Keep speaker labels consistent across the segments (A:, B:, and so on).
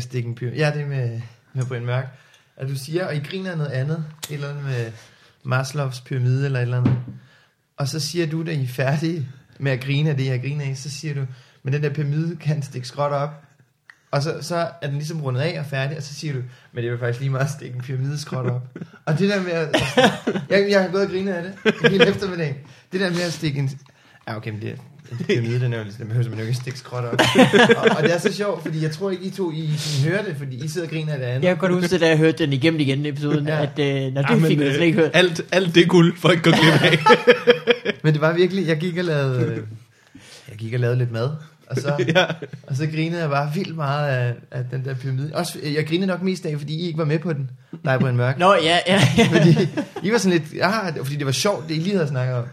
A: stikke en pyr. Ja, det er med, med Brian Mørk. At du siger, og I griner af noget andet. Et eller andet med Maslows pyramide eller et eller andet. Og så siger du, da I er færdige med at grine af det, jeg griner af, så siger du, men den der pyramide kan stikke skråt op. Og så, så er den ligesom rundet af og færdig, og så siger du, men det vil faktisk lige meget at stikke en pyramideskrot op. og det der med at... Jeg, jeg har gået og grinet af det hele eftermiddagen. Det der med at stikke en... Ja, okay, men det er en pyramide, den, er jo, ligesom- den behøver man jo ikke at stikke skråt op. og, og, det er så sjovt, fordi jeg tror ikke, I to I, sådan hører det, fordi I sidder og griner af det andet.
B: Jeg kan godt huske det, da jeg hørte den igennem igen, episoden,
A: Ja.
B: ja. at øh, når det ja, fik jeg slet ikke hørt.
C: alt, alt det guld, folk går glip af.
A: Men det var virkelig, jeg gik og lavede, øh, jeg gik og lavede lidt mad, og så,
C: ja.
A: og så grinede jeg bare vildt meget af, af den der pyramide. Også, øh, jeg grinede nok mest af, fordi I ikke var med på den, dig Brian Mørk.
B: Nå, ja, ja.
A: Fordi I var sådan lidt, ah, det var fordi det var sjovt, det I lige havde snakket om.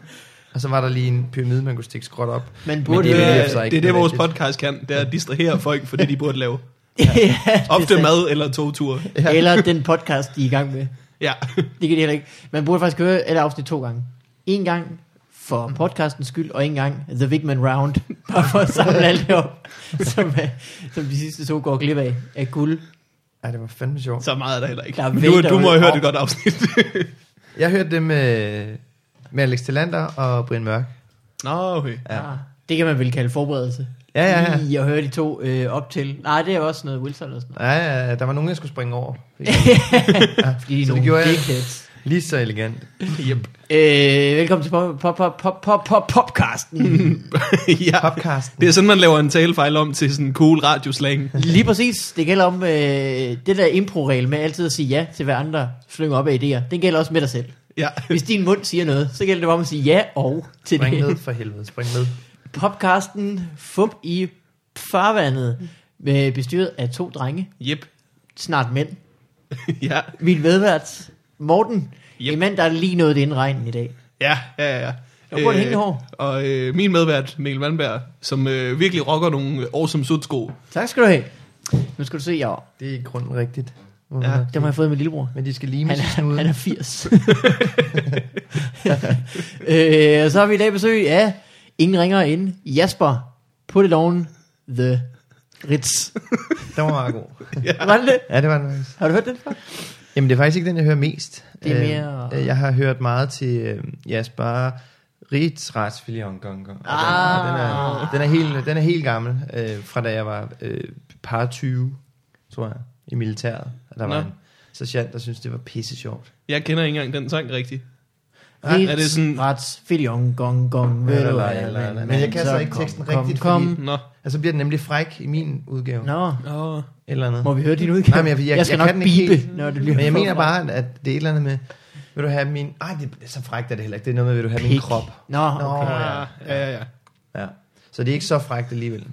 A: Og så var der lige en pyramide, man kunne stikke skråt op.
B: Man
A: Men
B: burde
C: Det
B: jo...
A: er
C: er
A: altså
C: det,
A: ikke
C: er det vores
A: nødvendigt.
C: podcast kan. Det er at distrahere folk for det, de burde lave.
B: ja, det er
C: Ofte
B: sandt.
C: mad eller togture.
A: Ja.
B: Eller den podcast, de er i gang med.
C: Ja.
B: Det kan de heller ikke. Man burde faktisk høre alle afsnit to gange. En gang
A: Mm.
B: for podcastens skyld, og en gang The Big Man Round. Bare for at samle alt det op, som, øh, som de sidste to går glip af. Af guld.
A: Ej, det var fandme sjovt.
C: Så meget er der heller ikke.
B: Der er
C: Du,
B: vælter
C: du må
B: ud.
C: have hørt et godt afsnit.
A: Jeg hørte det med, med Alex Tillander og Brian Mørk.
C: Nå, okay.
A: Ja.
B: Ah, Det kan man vel kalde forberedelse.
A: Ja, ja, ja.
B: Lige at høre de to øh, op til. Nej, det er også noget Wilson og sådan noget.
A: Ja, ja, ja, der var nogen, jeg skulle springe over.
B: Ja, Fordi de er
A: så det
B: nogle
A: gjorde jeg.
B: dickheads.
A: Lige så elegant.
C: Yep.
B: Øh, velkommen til pop, pop, pop, pop, pop, pop, popcasten.
C: ja.
A: Popcasten.
C: Det er sådan, man laver en talefejl om til sådan en cool radioslang.
B: Lige præcis. Det gælder om øh, det der impro-regel med altid at sige ja til, hvad andre slynger op af idéer. Den gælder også med dig selv.
C: Ja.
B: Hvis din mund siger noget, så gælder det bare om at sige ja og til
A: Spring
B: det.
A: ned for helvede, spring ned.
B: Popcasten Fup i farvandet, med bestyret af to drenge,
C: Yep.
B: snart mænd.
C: ja.
B: Min medvært, Morten,
C: Yep.
B: yep. en mand, der er lige noget inden regnen i dag.
C: Ja, ja, ja.
B: Jeg burde hænge hår.
C: Og øh, min medvært, Mikkel Vandberg, som øh, virkelig rocker nogle awesome sudsko.
B: Tak skal du have. Nu skal du se, jeg
A: Det er i grunden rigtigt.
C: Ja.
A: Ja.
B: dem har jeg fået af min lillebror.
A: Men de skal lige med
B: Han er,
A: snuden.
B: han er 80. øh, og så har vi i dag besøg af ingen ringer end Jasper på det loven The Ritz.
A: Den var meget god.
B: Var det det?
A: Ja, det var den faktisk.
B: Har du hørt den før?
A: Jamen, det er faktisk ikke den, jeg hører mest.
B: Det er
A: Øh,
B: mere-
A: øh, jeg har hørt meget til øh, Jasper Ritz Ratsfilion Gong Gong.
B: Ah.
A: Den, er, den, er helt, den er helt gammel, øh, fra da jeg var øh, par 20, tror jeg, i militæret. Og der var
C: Nå.
A: en sergeant, der syntes, det var pisse sjovt.
C: Jeg kender ikke engang den sang rigtigt.
A: Ah,
B: Ritz,
C: er det sådan-
B: Rats, filion, gong, gong, ved
A: Eller,
B: du
A: eller,
B: hvad,
A: eller,
B: mand,
A: men jeg
B: mand,
A: kan så ikke
B: kom,
A: teksten
B: kom,
A: rigtigt,
B: kom.
A: fordi-
C: Nå.
A: Og så bliver den nemlig fræk i min udgave.
B: Nå,
C: Nå.
A: Eller noget.
B: må vi høre din udgave?
A: Nej, men jeg- jeg-
B: jeg skal
A: jeg kan
B: nok
A: den ikke
B: bibe,
A: helt.
B: når det bliver
A: Men jeg mener
B: forfra.
A: bare, at det er et eller andet med, vil du have min... Ej, det er så frækt, er det heller ikke. Det er noget med, vil du have min
B: Pik.
A: krop?
B: Nå, okay.
A: Nå.
C: Ja, ja, ja. ja.
A: Ja. Så det er ikke så frækt alligevel.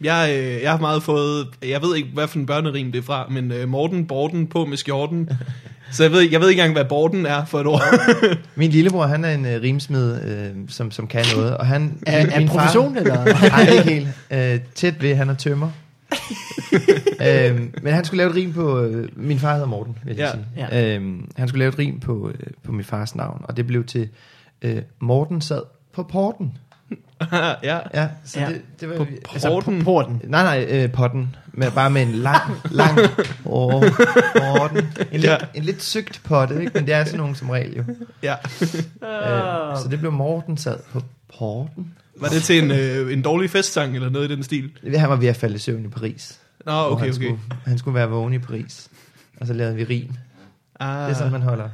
C: Jeg, øh, jeg har meget fået, jeg ved ikke, hvad for en børnerim det er fra, men øh, Morten Borten på med skjorten. Så jeg ved, ikke- jeg ved ikke engang, hvad Borten er for et ord.
A: Min lillebror, han er en øh, rimsmed, øh, som, som kan noget, og han...
B: Er,
A: min- min
B: er
A: far-
B: profession, eller?
A: Nej, ikke helt. Øh, tæt ved, han er tømmer. øhm, men han skulle lave et rim på... Øh, min far hedder Morten, vil jeg
B: Ja.
A: sige. Øhm, han skulle lave et rim på, øh, på min fars navn, og det blev til... Øh, Morten sad på porten.
C: ja.
A: Ja, så
B: Ja.
A: det, det var...
C: På
B: Altså,
C: Porten.
B: porten.
A: Nej, nej, øh, potten. Med, bare med en lang, lang år, orden. En,
C: Ja.
A: ja. lidt, en lidt sygt potte, ikke? men det er sådan nogen som regel jo.
C: ja.
B: Ah.
A: Øh, så det blev Morten sad på porten.
C: Var det til en, øh, en dårlig festsang eller noget i den stil?
A: Han var ved at falde i søvn i Paris.
C: Nå,
A: hvor
C: Ah, okay,
A: han,
C: okay.
A: Skulle, han skulle være vågen i Paris. Og så lavede vi rim. Det
C: Ah.
A: er sådan, man holder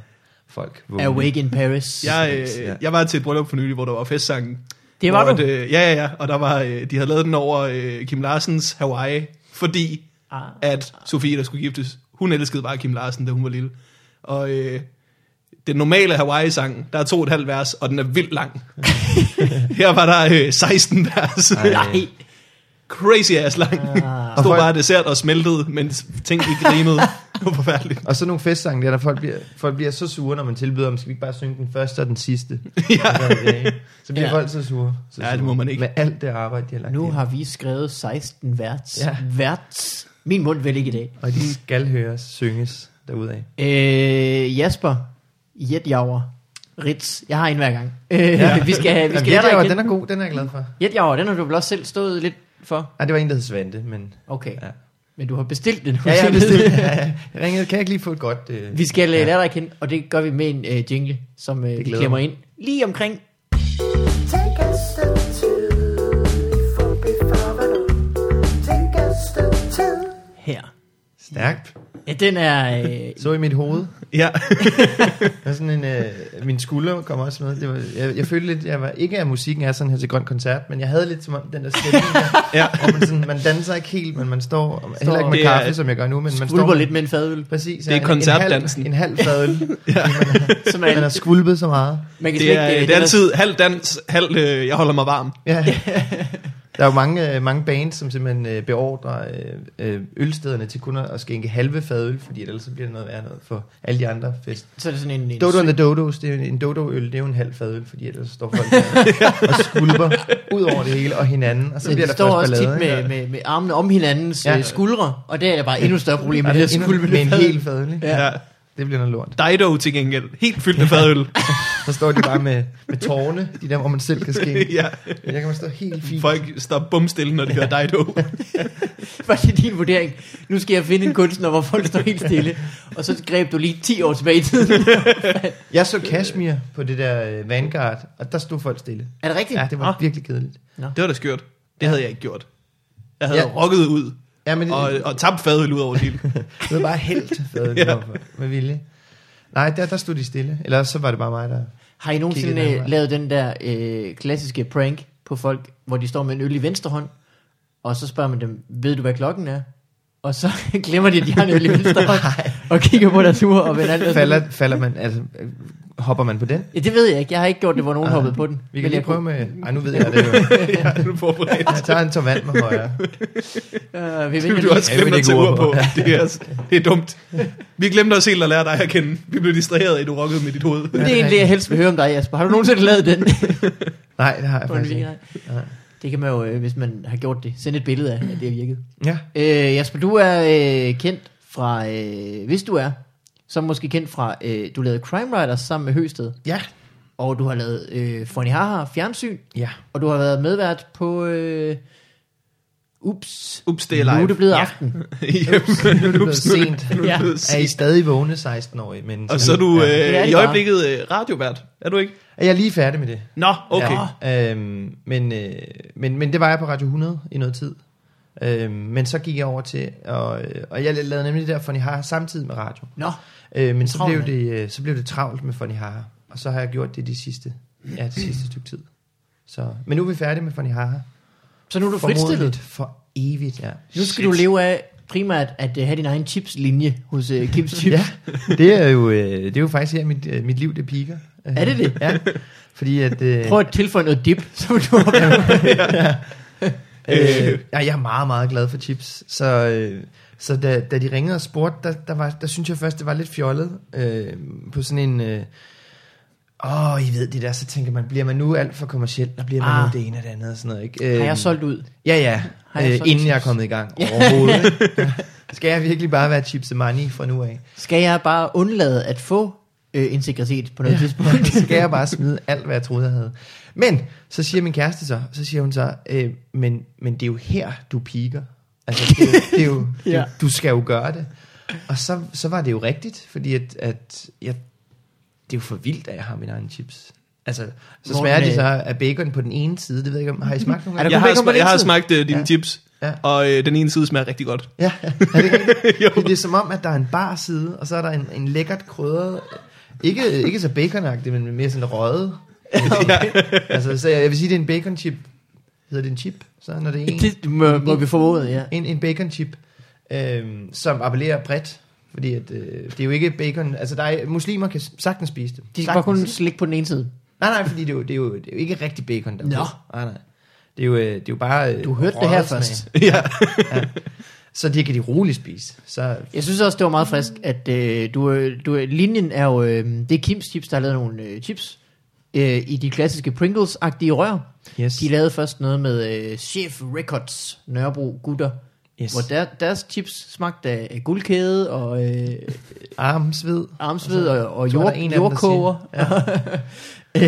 A: folk vågne.
B: Øh, Awake in Paris.
C: Jeg,
A: Ja.
C: øh, jeg var til et bryllup for nylig, hvor der var festsangen.
B: Det var
C: hvor
B: du.
C: at, øh, ja, ja, ja. Og der var, øh, de havde lavet den over øh, Kim Larsens Hawaii, fordi
B: Ah.
C: at Sofie, der skulle giftes, hun elskede bare Kim Larsen, da hun var lille. Og øh, den normale Hawaii-sang, der er to og et halvt vers, og den er vildt lang. Her var der øh, 16 vers.
B: Nej.
C: Crazy ass lang.
B: Ah.
C: Stod
A: Og folk-
C: bare dessert og smeltede, mens ting ikke rimede. Det var forfærdeligt.
A: Og så nogle festsange der, der folk bliver, folk bliver så sure, når man tilbyder dem, skal vi ikke bare synge den første og den sidste?
C: ja.
A: Så bliver
B: Ja.
A: ja. folk så sure. Så
C: Ja, det må
A: sure.
C: man ikke.
A: Med alt det arbejde, de har lagt
B: Nu
A: ind.
B: har vi skrevet 16 værts. Ja.
A: Ja.
B: Værts. Min mund vil ikke i dag.
A: Og de skal høres synges derudaf.
B: Øh, Jasper, Jetjauer, Ritz. Jeg har en hver gang. Øh, ja.
A: Ja.
B: Vi skal, vi
A: Jamen, det
B: skal
A: der,
B: Jetjauer,
A: var- den er god, den er jeg glad for.
B: Jetjauer, den har du vel også selv stået lidt for?
A: Ej, det var en, der hed Svante, men
B: Okay.
A: ja.
B: Men du har bestilt det nu.
A: Ja, jeg har
B: siger du.
A: bestilt. Ja, ja. Jeg ringede, kan jeg ikke lige få et godt... Øh...
B: Vi skal ja.
A: Ja.
B: lære dig at kende, og det gør vi med en øh, jingle, som øh, vi
A: glæder
B: klemmer
A: mig.
B: ind lige omkring.
D: Take us to for before Take us to two.
B: her.
A: Stærkt.
B: Ja, den er... Øh,
A: Så i mit hoved.
C: Ja.
A: Der er sådan en, øh, min skulder kom også med. Det var, jeg, jeg følte lidt, jeg var ikke af musikken er sådan her til grøn koncert, men jeg havde lidt som om den der stemning der,
C: ja.
A: hvor man, sådan, man danser ikke helt, men man står, og heller ikke med
C: Det er-
A: kaffe, som jeg gør nu, men man
B: Vulper
A: står
B: lidt med en fadøl.
A: Præcis,
C: Det er
A: ja, en-
C: koncertdansen.
A: En halv, en halv fadøl,
C: ja.
B: Som
A: man har
B: er,
A: skvulpet så meget.
B: man kan
C: Det er,
B: slet ikke, øh,
C: det er altid halv dans, halv øh, jeg holder mig varm.
A: Ja. Der er jo mange, øh, mange bands, som simpelthen øh, beordrer øh, øh, ølstederne til kun at skænke halve fadøl, fordi ellers så bliver det noget værre noget for alle de andre fest.
B: Så er det sådan en... en
A: Dodo and the Dodos, det er jo en, en dodoøl, det er jo en halv fadøl, fordi ellers står folk der og skulper ud over det hele og hinanden, og så
B: men
A: bliver
B: de
A: der
B: står
A: først
B: også
A: ballade.
B: tit
A: ikke?
B: med, med, med armene om hinandens
A: Ja.
B: ja. skuldre, og der er der bare endnu større problem med
A: Og
B: det
A: er
B: her
A: endnu-
B: skulpe.
A: med en hel fadøl, ikke?
B: Ja.
C: Ja.
A: Det bliver noget lort.
C: Dido til gengæld. Helt fyldt med fadøl.
A: Så står de bare med, med tårne, de der, hvor man selv kan skænke.
C: ja.
A: Jeg kan man stå helt fint.
C: Folk står bumstille, når de hører Dido.
B: Hvad er din vurdering? Nu skal jeg finde en kunstner, hvor folk står helt stille. Og så greb du lige 10 år tilbage i tiden.
A: Jeg så Kashmir på det der øh, Vanguard, og der stod folk stille.
B: Er det rigtigt? Ah.
A: Ja, det var virkelig kedeligt.
C: Det var da skørt. Det havde jeg ikke gjort. Jeg havde
A: Ja.
C: ja. rocket ud
A: Ja, men
C: og,
A: det,
C: og tabt fadøl ud over det hele.
A: det var bare helt fadet
C: Ja.
A: ja. med vilje. Nej, der, der stod de stille. Eller også så var det bare mig, der...
B: Har I nogensinde
A: Kigget den
B: øh,
A: vej.
B: lavet den der øh, klassiske prank på folk, hvor de står med en øl i venstre hånd, og så spørger man dem, ved du hvad klokken er? Og så glemmer de, at de har en øl i venstre hånd, og kigger på deres ur og vender alt.
A: Falder, falder man, altså, øh, hopper man på den?
B: Ja, det ved jeg ikke. Jeg har ikke gjort det, hvor nogen
A: Ah,
B: hoppede på den.
A: Vi
B: Men
A: kan lige
B: jeg
A: prøve med... Ej, nu ved jeg det jo.
C: ja, du er forberedt.
A: Jeg tager en tom vand med højre.
B: kunne- Øh, vi
C: Det
B: vinder
C: vil du
B: lige.
C: også
A: Ja, det vil
C: glemme
A: jeg
C: at
A: ikke
C: tage ur
A: ord
C: på.
A: på.
C: Det er, også- det er dumt. Vi glemte også helt at lære dig at kende. Vi blev distraheret, at du rockede med dit hoved.
B: Men det er
A: Ja,
B: egentlig
A: det
B: det,
A: er
B: jeg helst vil høre om dig, Jasper. Har du nogensinde lavet den?
A: Nej, det har jeg
B: På en
A: faktisk ikke.
B: weekend?
A: Nej.
B: det kan man jo, øh, hvis man har gjort det, sende et billede af, at det har virket.
A: Ja,
B: Øh, Jasper, du er øh, kendt fra, øh, hvis du er, så måske kendt fra, øh, du lavede Crime Writers sammen med Høsted,
A: ja,
B: og du har lavet øh, Funny Haha fjernsyn,
A: ja.
B: og du har været medvært på, øh, ups,
C: Ups, det er
B: nu
C: live.
B: er det blevet
A: Ja.
B: aften.
A: nu er det blevet sent.
C: Nu er
B: Ja.
C: det blevet
A: Er I
C: sent.
A: stadig vågne 16-årige? Men
C: Og så er du
A: Ja.
B: Det er
C: øh,
B: det
C: i
B: bare.
C: øjeblikket øh, radiovært. Er du ikke?
A: Er jeg lige færdig med det?
C: Nå, okay.
A: Ja, øhm, men, øh, men, men det var jeg på Radio 100 i noget tid. Øhm, men så gik jeg over til, og, øh, og jeg lavede nemlig det der Funny Har samtidig med radio.
B: Nå,
A: Øh, men så
B: Travlt,
A: blev,
B: mand.
A: det, øh, så blev det travlt med Funny Har, og så har jeg gjort det de sidste, ja, det sidste stykke tid. Så, men nu er vi færdige med Funny Har.
B: så nu er du fritstillet.
A: For evigt, ja.
B: Nu skal du leve af primært at øh, have din egen chipslinje hos øh, Kims Chips.
A: Ja, det er jo, øh, det er jo faktisk her, mit, øh, mit liv det piker.
B: Er det det?
A: Ja, fordi at... Øh,
B: Prøv at tilføje noget dip, som du har
A: Øh, ja, jeg er meget, meget glad for chips. Så, øh, så da, da de ringede og spurgte, der, der, var, der synes jeg først, det var lidt fjollet øh, på sådan en... Øh, Åh, oh, I ved det der, så tænker man, bliver man nu alt for kommersiel, og bliver man
B: Ah.
A: ah. nu det ene og det andet og sådan noget, ikke? Øh,
B: Har jeg solgt ud?
A: Ja, ja,
B: Har jeg
A: øh,
B: solgt
A: inden jeg er
B: chips?
A: kommet i gang overhovedet. ikke? Skal jeg virkelig bare være chips and money fra nu af?
B: Skal jeg bare undlade at få øh, integritet på noget ja. tidspunkt?
A: Så skal jeg bare smide alt, hvad jeg troede, jeg havde. Men så siger min kæreste så, så siger hun så, øh, men, men det er jo her, du piker. Altså, det, er jo- det er jo, det er jo,
B: Ja.
A: du skal jo gøre det. Og så, så var det jo rigtigt, fordi at, at jeg, det er jo for vildt, at jeg har mine egne chips. Altså, så
B: Morten,
A: smager de
B: øh,
A: så af bacon på den ene side. Det ved jeg ikke om, har I smagt nogle
B: Er der
A: gange?
B: kun
C: Jeg har,
B: bacon på
C: smagt,
B: den
C: jeg
B: side?
C: har smagt øh, dine
A: Ja.
C: chips,
A: Ja.
C: og øh, den ene side smager rigtig godt.
A: Ja, er det ikke rigtigt?
C: Jo.
A: Fordi det er som om, at der er en bar side, og så er der en, en lækkert krydret, ikke, ikke så baconagtig, men mere sådan røget. altså, så jeg, jeg vil sige, det er en bacon chip. Hedder det en chip? Så når det er en,
B: Det må, må vi formode, ja.
A: en, en bacon chip, øh, som appellerer bredt. Fordi at, øh, det er jo ikke bacon, altså der er, muslimer kan sagtens spise det.
B: De skal bare
A: Sagtens.
B: kun slikke på den ene side.
A: Nej, nej, fordi det er jo, det er jo, det er jo ikke rigtig bacon der. er
B: Nå.
A: på. Nej, nej. Det er jo, øh, det er jo bare øh,
B: Du hørte det her
A: røget smag.
B: først.
C: Ja.
A: Så det kan de roligt spise. Så
B: Jeg synes også, det var meget frisk, at øh, du, øh, du, øh, linjen er jo, øh, det er Kims Chips, der har lavet nogle øh, chips øh, i de klassiske Pringles-agtige rør.
A: yes.
B: De lavede først noget med øh, Chef Records, Nørrebro gutter, yes.
A: Yes.
B: hvor der, deres chips smagte af guldkæde og øh,
A: armsved.
B: armsved og, og
A: tror jeg,
B: jord,
A: der er en af dem, der
B: jordkoger. Ja.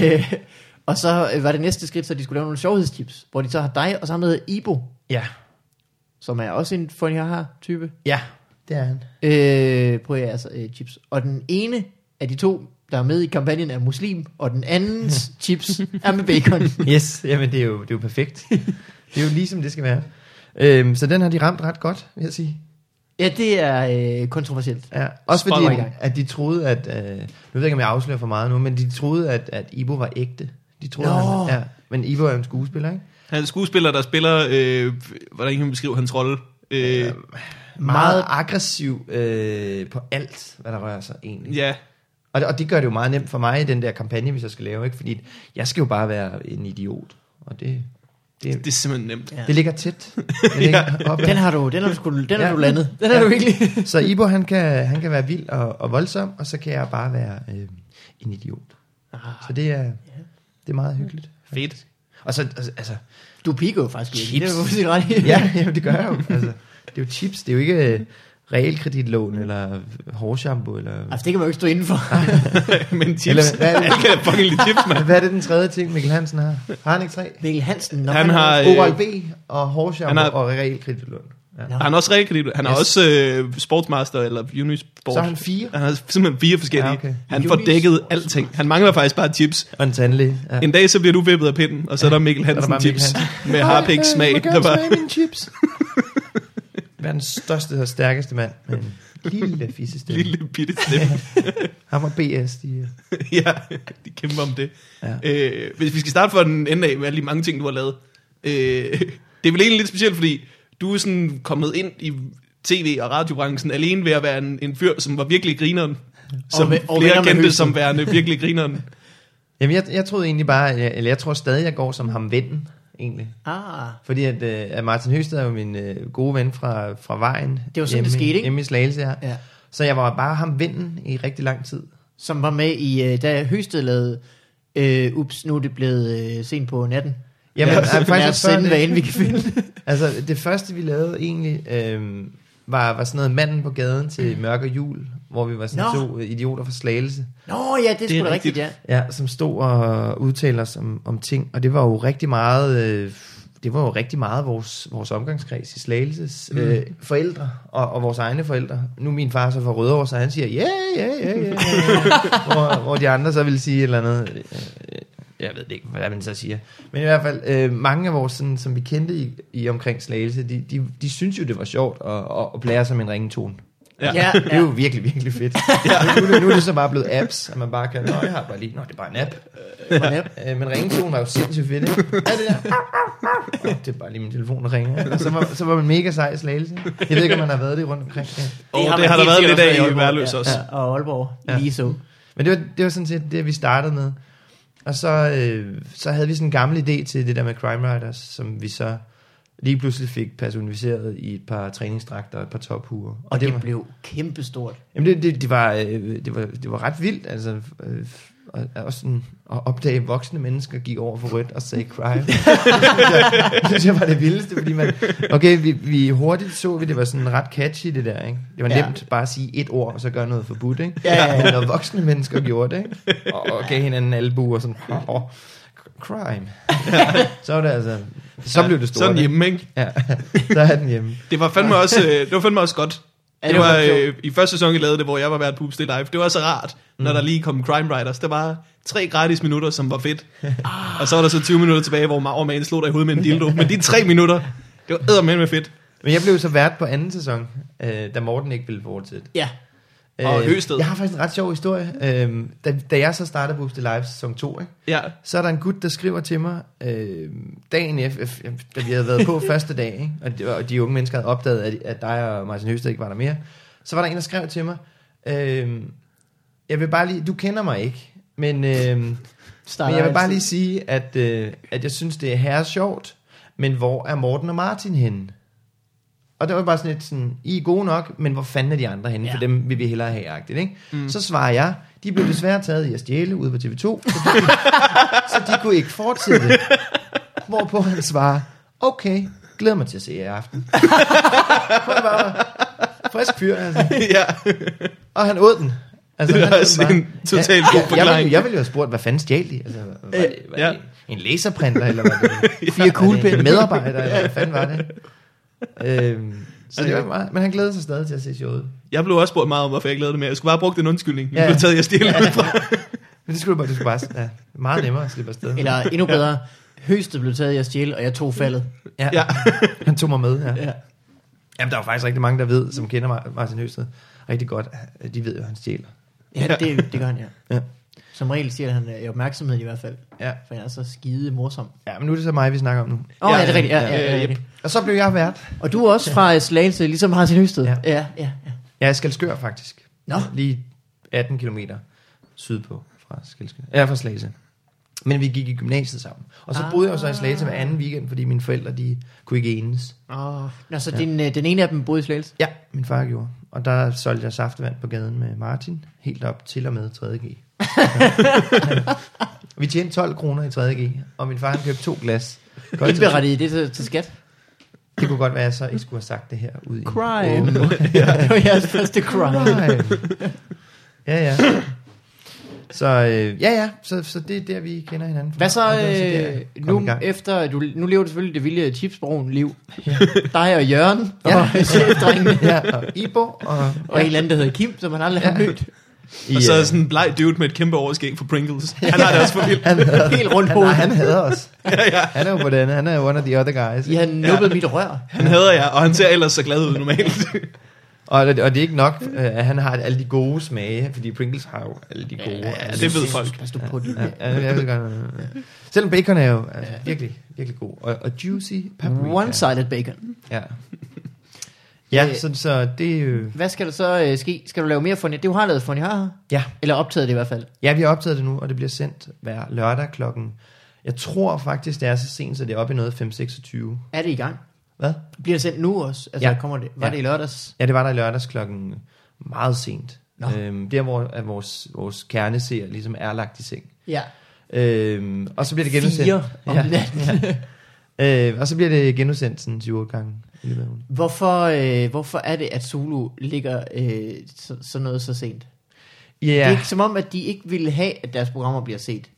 B: og øh, så øh, var det næste skridt, så de skulle lave nogle sjovhedschips, hvor de så har dig, og så har med Ibo
A: Ja.
B: som er også en funny har type
A: Ja, det er han.
B: øh, på jeres øh, chips. Og den ene af de to, der er med i kampagnen, er muslim, og den andens chips er med bacon.
A: Yes, jamen det er jo, det er jo perfekt. det er jo ligesom det skal være. Øhm, så den har de ramt ret godt, vil jeg sige.
B: Ja, det er øh, kontroversielt.
A: Ja, også
C: Spot
A: fordi,
B: on.
A: at, at de troede, at... Øh, nu ved jeg ikke, om jeg afslører for meget nu, men de troede, at, at Ibo var ægte. De troede,
B: Nå.
A: han, ja, men Ibo er jo en skuespiller, ikke?
C: Han er en skuespiller, der spiller, øh, hvordan kan man beskrive hans rolle? Øh,
A: Meget
B: Meget-
A: aggressiv øh, på alt, hvad der rører sig egentlig.
C: ja,
A: Og det, og det gør det jo meget nemt for mig i den der kampagne, hvis jeg skal lave, ikke? Fordi jeg skal jo bare være en idiot. Og det, det,
C: det er simpelthen nemt.
A: det ligger tæt. Det ligger op ad.
B: Den har du, den har du, sgu, den har
A: Ja.
B: du landet. Den har du virkelig.
A: Så Ibo, han kan, han kan være vild og, og voldsom, og så kan jeg bare være øh, en idiot.
B: Ah.
A: Så det er, det er meget hyggeligt.
C: Fedt.
A: Og så, altså, altså
B: Du piker jo faktisk. lidt.
A: Chips.
B: Det er du fuldstændig ret i.
A: ja, jamen, det gør jeg jo. Altså, det er jo chips, det er jo ikke øh, realkreditlån, eller hårshampoo, eller...
B: Altså, det kan man jo ikke stå indenfor.
C: Men tips.
A: Eller hvad er det?
C: Jeg kan fucking lide tips, mand.
A: Hvad er det den tredje ting, Mikkel Hansen har? Har han ikke tre?
B: Mikkel Hansen, når
C: Han har, øh,
A: Oral B og hårshampoo
C: han har-
A: og realkreditlån. Ja.
C: Han er også realkredit. Han er
A: Yes.
C: også øh, sportsmaster eller unisport.
A: Så har han fire.
C: Han har simpelthen fire forskellige.
A: Ja, okay.
C: Han får dækket alting. Han mangler faktisk bare chips.
A: Og en tandlæge. Ja.
C: En dag så bliver du vippet af pinden, og så er der Mikkel
A: der
C: Hansen
A: bare Mikkel
C: chips med harpiks smag. Der bare,
A: mine chips. Verdens største og stærkeste mand. Med en lille fissestemme. Lille.
C: lille bitte stemme.
A: Ham og BS, de øh. er-
C: ja, de kæmper om det.
A: Ja.
C: Øh, hvis vi skal starte fra den ende af med alle de mange ting, du har lavet. Øh, det er vel egentlig lidt specielt, fordi du er sådan kommet ind i tv- og radiobranchen alene ved at være en, en fyr, som var virkelig grineren. Som
B: med- og venner
C: flere
B: med
C: kendte
B: høsen.
C: som værende virkelig grineren.
A: Jamen, jeg, jeg troede egentlig bare, at jeg, eller jeg tror stadig, jeg går som ham vennen, egentlig.
B: Ah,
A: Fordi at, øh, at Martin Høsted er jo min øh, gode ven fra, fra vejen.
B: Det var sådan, det skete, ikke?
A: Hjemme i Slagelse, ja.
B: ja.
A: Så jeg var bare ham vennen i rigtig lang tid.
B: Som var med i, øh, da Høsted lavede, øh, ups, nu er det blevet øh, sent på natten.
A: Jamen, ja,
B: Lad os-
A: faktisk
B: lad os
A: også før
B: altså sende,
A: det.
B: hvad end vi kan finde.
A: Altså, det første, vi lavede egentlig, øh, var, var sådan noget manden på gaden til Mørk og Jul, hvor vi var sådan
B: Mm. Nå.
A: to øh, idioter fra Slagelse.
B: Nå ja, det er sgu da rigtigt,
C: rigtigt.
B: ja.
A: Ja, som stod og udtalte os om, om ting, og det var jo rigtig meget, øh, det var jo rigtig meget vores, vores omgangskreds i Slagelses mm. øh, forældre og, og vores egne forældre. Nu er min far så fra Rødovre, så han siger, ja, ja, ja, ja, Hvor- hvor de andre så ville sige et eller andet, øh, øh, jeg ved det ikke, hvad man så siger. Men i hvert fald, øh, mange af vores, sådan, som vi kendte i, i omkring Slagelse, de, de, de synes jo, det var sjovt at, at, at blære som en ringetone.
C: Ja.
B: ja,
A: Det er jo virkelig, virkelig fedt. ja. nu, er det- nu er det så bare blevet apps, at man bare kan, nå, jeg har bare lige, nå, det er bare en app.
B: ja.
A: Øh, men ringetonen var jo sindssygt fedt, ikke? Ja, det der. Nå, det er bare lige min telefon, der ringer. Og så var, så var man mega sej i slagelse. Jeg ved ikke, om man har været det rundt omkring. Ja.
C: Og det,
B: man
C: har der
B: helt
C: været
B: sikkert også
C: lidt af i
B: Aalborg,
C: Værløs
B: ja.
C: også.
B: Ja, og Aalborg ja.
A: Ja.
B: lige så.
A: Men det var, det var sådan set det, vi startede med. Og så, øh, så havde vi sådan en gammel idé til det der med Crime Riders, som vi så lige pludselig fik personificeret i et par træningsdragter og et par tophuer. Og,
B: Og det,
A: var-
B: det blev kæmpestort.
A: Jamen det, det, det, var, øh, det, var, det var ret vildt, altså, øh, og, og sådan, at opdage, at voksne mennesker gik over for rødt og sagde crime. det synes jeg var det vildeste, fordi man, okay, vi, vi hurtigt så, vi det var sådan ret catchy det der, ikke? Det var
B: Ja.
A: ja. nemt bare at sige et ord, og så gøre noget forbudt, ikke?
B: Ja, ja, ja.
A: Men når voksne mennesker gjorde det, ikke? Og, og gav hinanden albu og sådan, oh, crime. så var det altså, så blev det stort.
C: Sådan
A: ikke?
C: hjemme, ikke?
A: Ja, så er den hjemme.
C: Det var fandme også, øh, det var fandme også godt.
B: Ja,
C: det,
B: det var
C: var,
B: sjovt.
C: øh, i første sæson, jeg lavede det, hvor jeg var vært på Upstate Live. Det var så rart, når der lige kom Crime Writers. Der var tre gratis minutter, som var fedt. og så var der så 20 minutter tilbage, hvor Maurman slog dig i hovedet med en dildo. Men de tre minutter, det var eddermænd med fedt.
A: Men jeg blev så vært på anden sæson, øh, da Morten ikke ville fortsætte.
B: Ja,
C: Og Høsted.
A: Øh, Jeg har faktisk en ret sjov historie. Øh, da, da jeg så startede Boosted Live sæson 2, ikke,
C: Ja,
A: så er der en gut, der skriver til mig øh, dagen efter, da vi havde været på første dag, ikke, og, de, og de unge mennesker havde opdaget, at, at dig og Martin Høsted ikke var der mere. Så var der en, der skrev til mig, øh, jeg vil bare lige, du kender mig ikke, men... Øh,
B: starter
A: men jeg vil bare
B: altid.
A: lige sige, at, øh, at jeg synes, det er herre sjovt, men hvor er Morten og Martin henne? Og det var bare sådan lidt sådan, I er gode nok, men hvor fanden er de andre henne? Ja. For
B: Ja.
A: dem vil vi hellere have, agtigt, ikke? Mm. Så svarer jeg, de blev desværre taget i at stjæle ude på TV2, så de, så de kunne ikke fortsætte. Hvorpå han svarer, okay, glæder mig til at se jer i aften. Han var frisk fyr, altså.
C: ja.
A: Og han åd den. Altså,
C: Det er
A: han åd den
C: også
A: bare.
C: en total god
A: Jeg, jeg,
C: forklaring. Øh,
A: ville, jeg ville jo have spurgt, hvad fanden stjal de? Altså, var det, var
C: ja.
A: det en laserprinter, eller var det
B: Fire
A: var det
B: kuglepinde.
A: en medarbejder, eller hvad fanden var det? øhm, så
C: det
A: det
C: er-
A: var meget, men han glæder sig stadig til at se showet.
C: Jeg blev også spurgt meget om, hvorfor jeg ikke lavede det mere. Jeg skulle bare bruge den undskyldning.
A: Ja.
C: Ja. Nu blev taget jeg stjælet ja. fra.
A: Men det skulle du bare, du skulle bare ja, meget nemmere at slippe afsted.
B: altså. Eller endnu bedre, høstet blev taget i at stjæle, og jeg tog faldet.
A: Ja,
C: Ja.
A: ja. han tog mig med. Ja.
B: Ja.
A: Jamen, der er jo faktisk rigtig mange, der ved, som kender Mar- Martin Høsted rigtig godt. at De ved jo, at han stjæler.
B: Ja, det, det gør han, ja.
A: Ja.
B: Som regel siger han øh, i opmærksomhed i hvert fald,
A: Ja.
B: for han er så skide morsom. Åh,
A: ja, men nu er det så mig, vi snakker om nu.
B: oh, ja,
C: Ja,
B: det er rigtigt. Ja,
C: ja,
B: ja, ja,
C: øh,
B: ja, ja.
A: Og så blev jeg vært.
B: Og du er også fra øh, Slagelse, ligesom Martin Høsted.
A: Ja.
B: ja, ja. ja.
A: Ja, Skalskør faktisk.
B: Nå.
A: Lige 18 km sydpå fra Skalskør. Ja, fra Slagelse. Men vi gik i gymnasiet sammen. Og så
B: Ah.
A: boede jeg jo så i Slagelse hver anden weekend, fordi mine forældre, de kunne ikke enes.
B: Oh. Nå, så ja. din, øh, den ene af dem boede i Slagelse?
A: Ja, min far gjorde. Og der solgte jeg saftevand på gaden med Martin, helt op til og med 3.G. vi tjente 12 kroner i 3.G, og min far han købte to glas. Godt til-
B: Indberettet i det til, til skat?
A: Det kunne godt være, at jeg så ikke skulle have sagt det her ud i
B: Crime.
A: åben-
B: ja. Det var jeres første crime.
A: Crime. ja, ja. Så øh, ja, ja, så, så det er der, vi kender hinanden. fra.
B: Hvad så
A: Og det var der, jeg
B: øh,
A: kom
B: nu
A: i gang.
B: efter, du, nu lever du selvfølgelig det vilde chipsbroen liv.
A: Ja.
B: Dig og Jørgen,
A: Ja.
B: og chefdrengene,
A: ja, og Ibo, og,
B: og en eller anden, der hedder Kim, som han aldrig har mødt.
A: I,
C: Og så
A: øh,
C: er sådan en bleg dude med et kæmpe overskæg for Pringles. Han har det også for vildt.
A: han hader-
B: Helt rundt
A: han, nej,
B: hovedet.
A: han hader os.
C: Ja, ja.
A: Han er jo på den, han er jo one of the other guys.
B: I har nubbet mit rør.
C: Han hader jer, og han ser ellers så glad ud normalt.
A: Og, og det er ikke nok, øh, at han har alle de gode smage, fordi Pringles har jo alle de gode.
C: ja,
A: altså.
C: det ved folk.
B: Pas du på det.
A: Ja, ja, jeg ved godt, øh, ja. Selvom bacon er jo altså, virkelig, virkelig god. Og, og juicy paprika.
B: One-sided bacon.
A: Ja. Ja,
B: Øh.
A: så, så det... Øh,
B: Hvad skal der så øh, ske? Skal du lave mere funny? Du har lavet funny har
A: ja.
B: Eller optaget det i hvert fald.
A: ja, vi har optaget det nu, og det bliver sendt hver lørdag klokken... Jeg tror faktisk, det er så sent, så det er oppe i noget 5.26.
B: Er det i gang?
A: Hvad?
B: Bliver det sendt nu også? Altså, ja.
A: Ja.
B: kommer det? Var ja.
A: Ja.
B: det i lørdags?
A: Ja, det var der i lørdags klokken meget sent.
B: Nå.
A: Øhm, der, hvor at vores, vores kerneseer ligesom er lagt i seng.
B: Ja.
A: Øhm, og så bliver det genudsendt.
B: Fire om
A: ja,
B: natten.
A: ja. Øh, og så bliver det genudsendt sådan 7-8 gange. i løbet af ugen.
B: Hvorfor, øh, hvorfor er det, at Zulu ligger øh, så, sådan noget så sent? Ja. Det er
A: Ja,
B: ikke som om, at de ikke ville have, at deres programmer bliver set.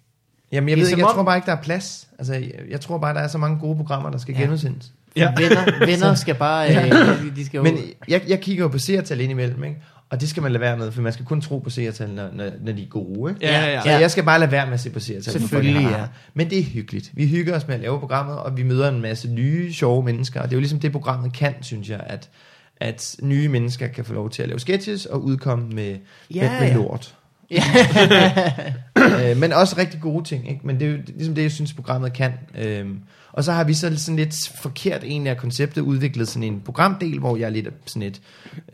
A: Jamen, jeg
B: det er
A: ved ikke,
B: som
A: jeg
B: om-
A: tror bare ikke, der er plads. Altså, jeg, jeg tror bare, der er så mange gode programmer, der skal
B: Ja.
A: ja. genudsendes.
C: Ja.
B: Ja. Venner, venner skal bare... Øh, de- de skal jo-
A: Men jeg, jeg kigger jo på seertal indimellem, ikke? og det skal man lade være med, for man skal kun tro på seertal, når, når, når de er gode. Ikke?
C: Ja, ja, ja.
A: Så jeg skal bare lade være med at se på seertal.
B: Selvfølgelig, ja.
A: Men det er hyggeligt. Vi hygger os med at lave programmet, og vi møder en masse nye, sjove mennesker. Og det er jo ligesom det, programmet kan, synes jeg, at, at nye mennesker kan få lov til at lave sketches og udkomme med,
B: Ja,
A: ja, med, med
B: ja.
A: lort.
B: Ja.
A: øh, men også rigtig gode ting, ikke? Men det er jo ligesom det, jeg synes, programmet kan. Øhm, og så har vi så sådan lidt forkert egentlig af konceptet udviklet sådan en programdel, hvor jeg er lidt sådan et,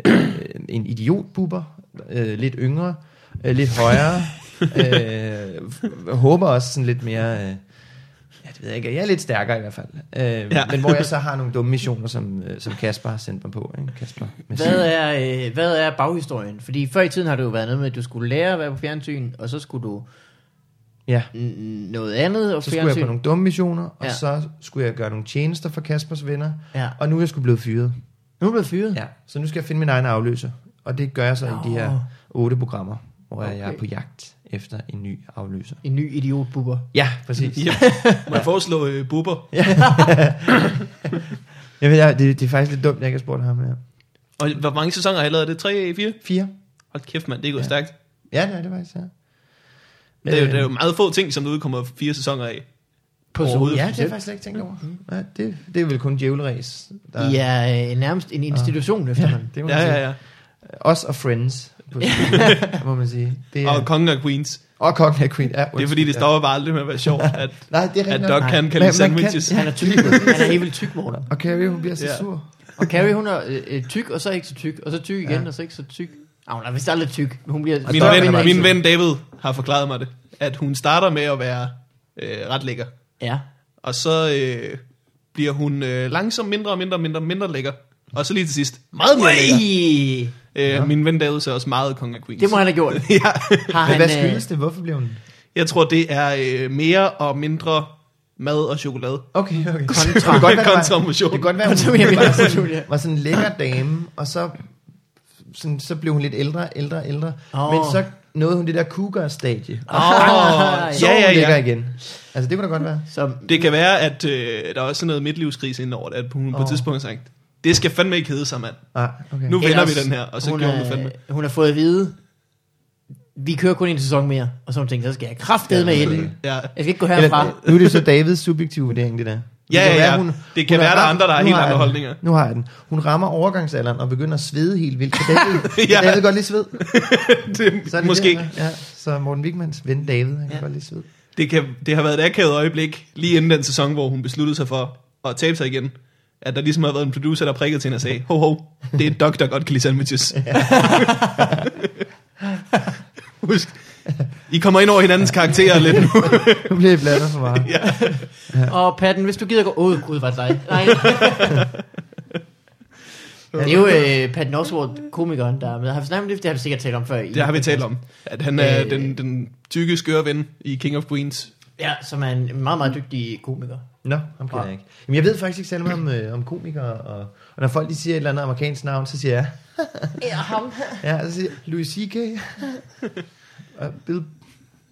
A: øh, en idiotbubber, øh, lidt yngre, øh, lidt højere. øh, f- håber også sådan lidt mere... Øh, ja, det ved jeg ikke. Jeg er lidt stærkere i hvert fald. Øh,
C: Ja.
A: ja. Men hvor jeg så har nogle dumme missioner, som, øh, som Kasper har sendt mig på. Ikke? Kasper, Messing.
B: Hvad er, øh, hvad er baghistorien? Fordi før i tiden har det jo været noget med, at du skulle lære at være på fjernsyn, og så skulle du
A: Ja.
B: n- noget andet og
A: Så skulle jeg
B: fjernsyn.
A: på nogle dumme missioner, og
B: Ja.
A: ja. så skulle jeg gøre nogle tjenester for Kaspers venner.
B: Ja.
A: Og nu er jeg skulle blevet fyret.
B: Nu er du blevet fyret.
A: Ja. Så nu skal jeg finde min egen afløser. Og det gør jeg så i de
B: Nå.
A: her otte programmer, hvor okay. jeg
B: Okay.
A: er på jagt efter en ny afløser.
B: En ny idiotbubber.
A: Ja, præcis.
C: Yep. Må jeg foreslå øh, buber?
A: Jeg ved, jeg, det, det er faktisk lidt dumt, jeg ikke har spurgt ham her.
C: Og hvor mange sæsoner har jeg lavet? Er det 3, 4?
A: Fire?
C: Hold kæft, mand. Det er gået
A: Ja.
C: stærkt.
A: Ja, det er det faktisk, ja.
C: Det er, jo,
A: Øh,
C: det er jo meget få ting, som der udkommer fire sæsoner af.
B: På Zulu.
C: Overhovedet.
A: Ja, det har jeg faktisk slet ikke tænkt over.
C: Mm.
A: Ja, det, det er vel kun djævleræs. der-
B: I er øh, nærmest en institution efterhånden.
A: det må
C: Ja,
A: man sige.
C: ja, ja.
A: Os og Friends, på, må man sige. Det er,
C: Og
A: og,
C: Kongen og Queens.
A: og Kongen af Queen. Ja,
C: Det er fordi, det
A: ja.
C: stopper bare aldrig med at være sjovt, at,
A: Nej, det er
C: at
A: rigtigt.
C: Doc
A: nok.
C: kan kan
A: Men
C: lide
A: man
C: sandwiches.
A: kan-
B: Han er tyk. Han er helt tykmorder.
A: Og Carrie, hun bliver så
C: Ja.
A: sur.
B: Og Carrie, hun er øh, øh, tyk, og så ikke så tyk, og så tyk igen, ja.
A: Ja.
B: og så ikke så tyk. Ah, hun er vist aldrig tyk, men hun bliver...
A: Og
C: Min
A: der er
B: vinder
C: ven,
A: vinder
B: altid.
C: min ven David har forklaret mig det, at hun starter med at være øh, ret lækker,
B: Ja.
C: og så øh, bliver hun øh, langsomt mindre og mindre og mindre, mindre lækker, og så lige til sidst meget mere lækker.
B: Ui!
C: Øh, min ven David ser også meget Kong og Queens.
B: Det må han have gjort.
C: ja.
B: Har
A: Men
B: han,
A: hvad
B: øh,
A: skyldes det? Hvorfor bliver hun...
C: Jeg tror, det er øh, mere og mindre mad og chokolade.
B: Ah,
A: Okay, okay.
B: Kontra-
A: Det kan godt være, det var-
C: Kontramotion.
A: Det kan godt være,
B: Kontra-
A: hun
B: Jamen,
A: var
B: altså, Julia.
A: sådan, var sådan en lækker dame, og så, sådan, så blev hun lidt ældre, ældre, ældre.
B: Åh.
A: Men så nåede hun det der cougar-stadie. Og
B: Ah,
A: så
C: ja,
A: var hun
C: ja, ja.
A: lækker igen. Altså, det kunne da godt være.
B: Som,
C: Det kan være, at øh, der er også sådan noget midtlivskrise indover, at hun oh. på
A: Åh.
C: et tidspunkt har sagt, Det skal fandme ikke hedde sig, mand.
A: Nej, Ah, okay.
C: Nu vender vi
B: Ellers-
C: den her, og så
B: hun
C: gjorde
B: er-
C: vi fandme.
B: Hun har fået at vide, vi kører kun en sæson mere. Og så har hun tænkt, så skal jeg kraftedeme med hende.
C: Ja.
B: Jeg skal ikke gå
A: Eller,
B: herfra.
A: nu er det jo så Davids subjektive vurdering, det der. Det
C: Ja,
A: kan
C: ja,
A: være,
C: ja. Det kan
A: har
C: være, der er
A: ramt-
C: andre, der har
A: nu
C: helt
A: har jeg
C: andre
A: den.
C: holdninger.
A: Nu har jeg den. Hun rammer overgangsalderen og begynder at svede helt vildt. Kan David,
C: Ja.
A: ja. David godt lide sved?
C: det,
A: Så er det
C: måske.
A: Det, ja. Så Morten Wigmans ven David, han kan godt lide sved.
C: Det, kan, det har været et akavet øjeblik, lige inden den sæson, hvor hun besluttede sig for at tabe sig igen. At der ligesom har været en producer, der prikkede til hende og sagde, ho ho, det er en dog, der godt kan lide sandwiches. Husk, I kommer ind over hinandens karakterer lidt nu.
A: Nu bliver jeg blandet for meget.
C: ja.
B: Og Patten, hvis du gider gå... Åh, oh, gud, var det dig? Nej. det er jo øh, Patton Oswalt, komikeren, der er med. Har vi snakket om det? Det har vi sikkert talt om før. i-
C: Det har vi talt om. At han er
B: Øh.
C: den, den tykke, skøre ven i King of Queens.
B: Ja, som er en meget, meget dygtig komiker.
A: Nå, ham kender jeg ikke. Jamen, jeg ved faktisk ikke selv om, øh, om komikere, og, og når folk de siger et eller andet amerikansk navn, så siger jeg,
B: Ja, ham her.
A: ja, så siger jeg, Louis C.K. og Bill, et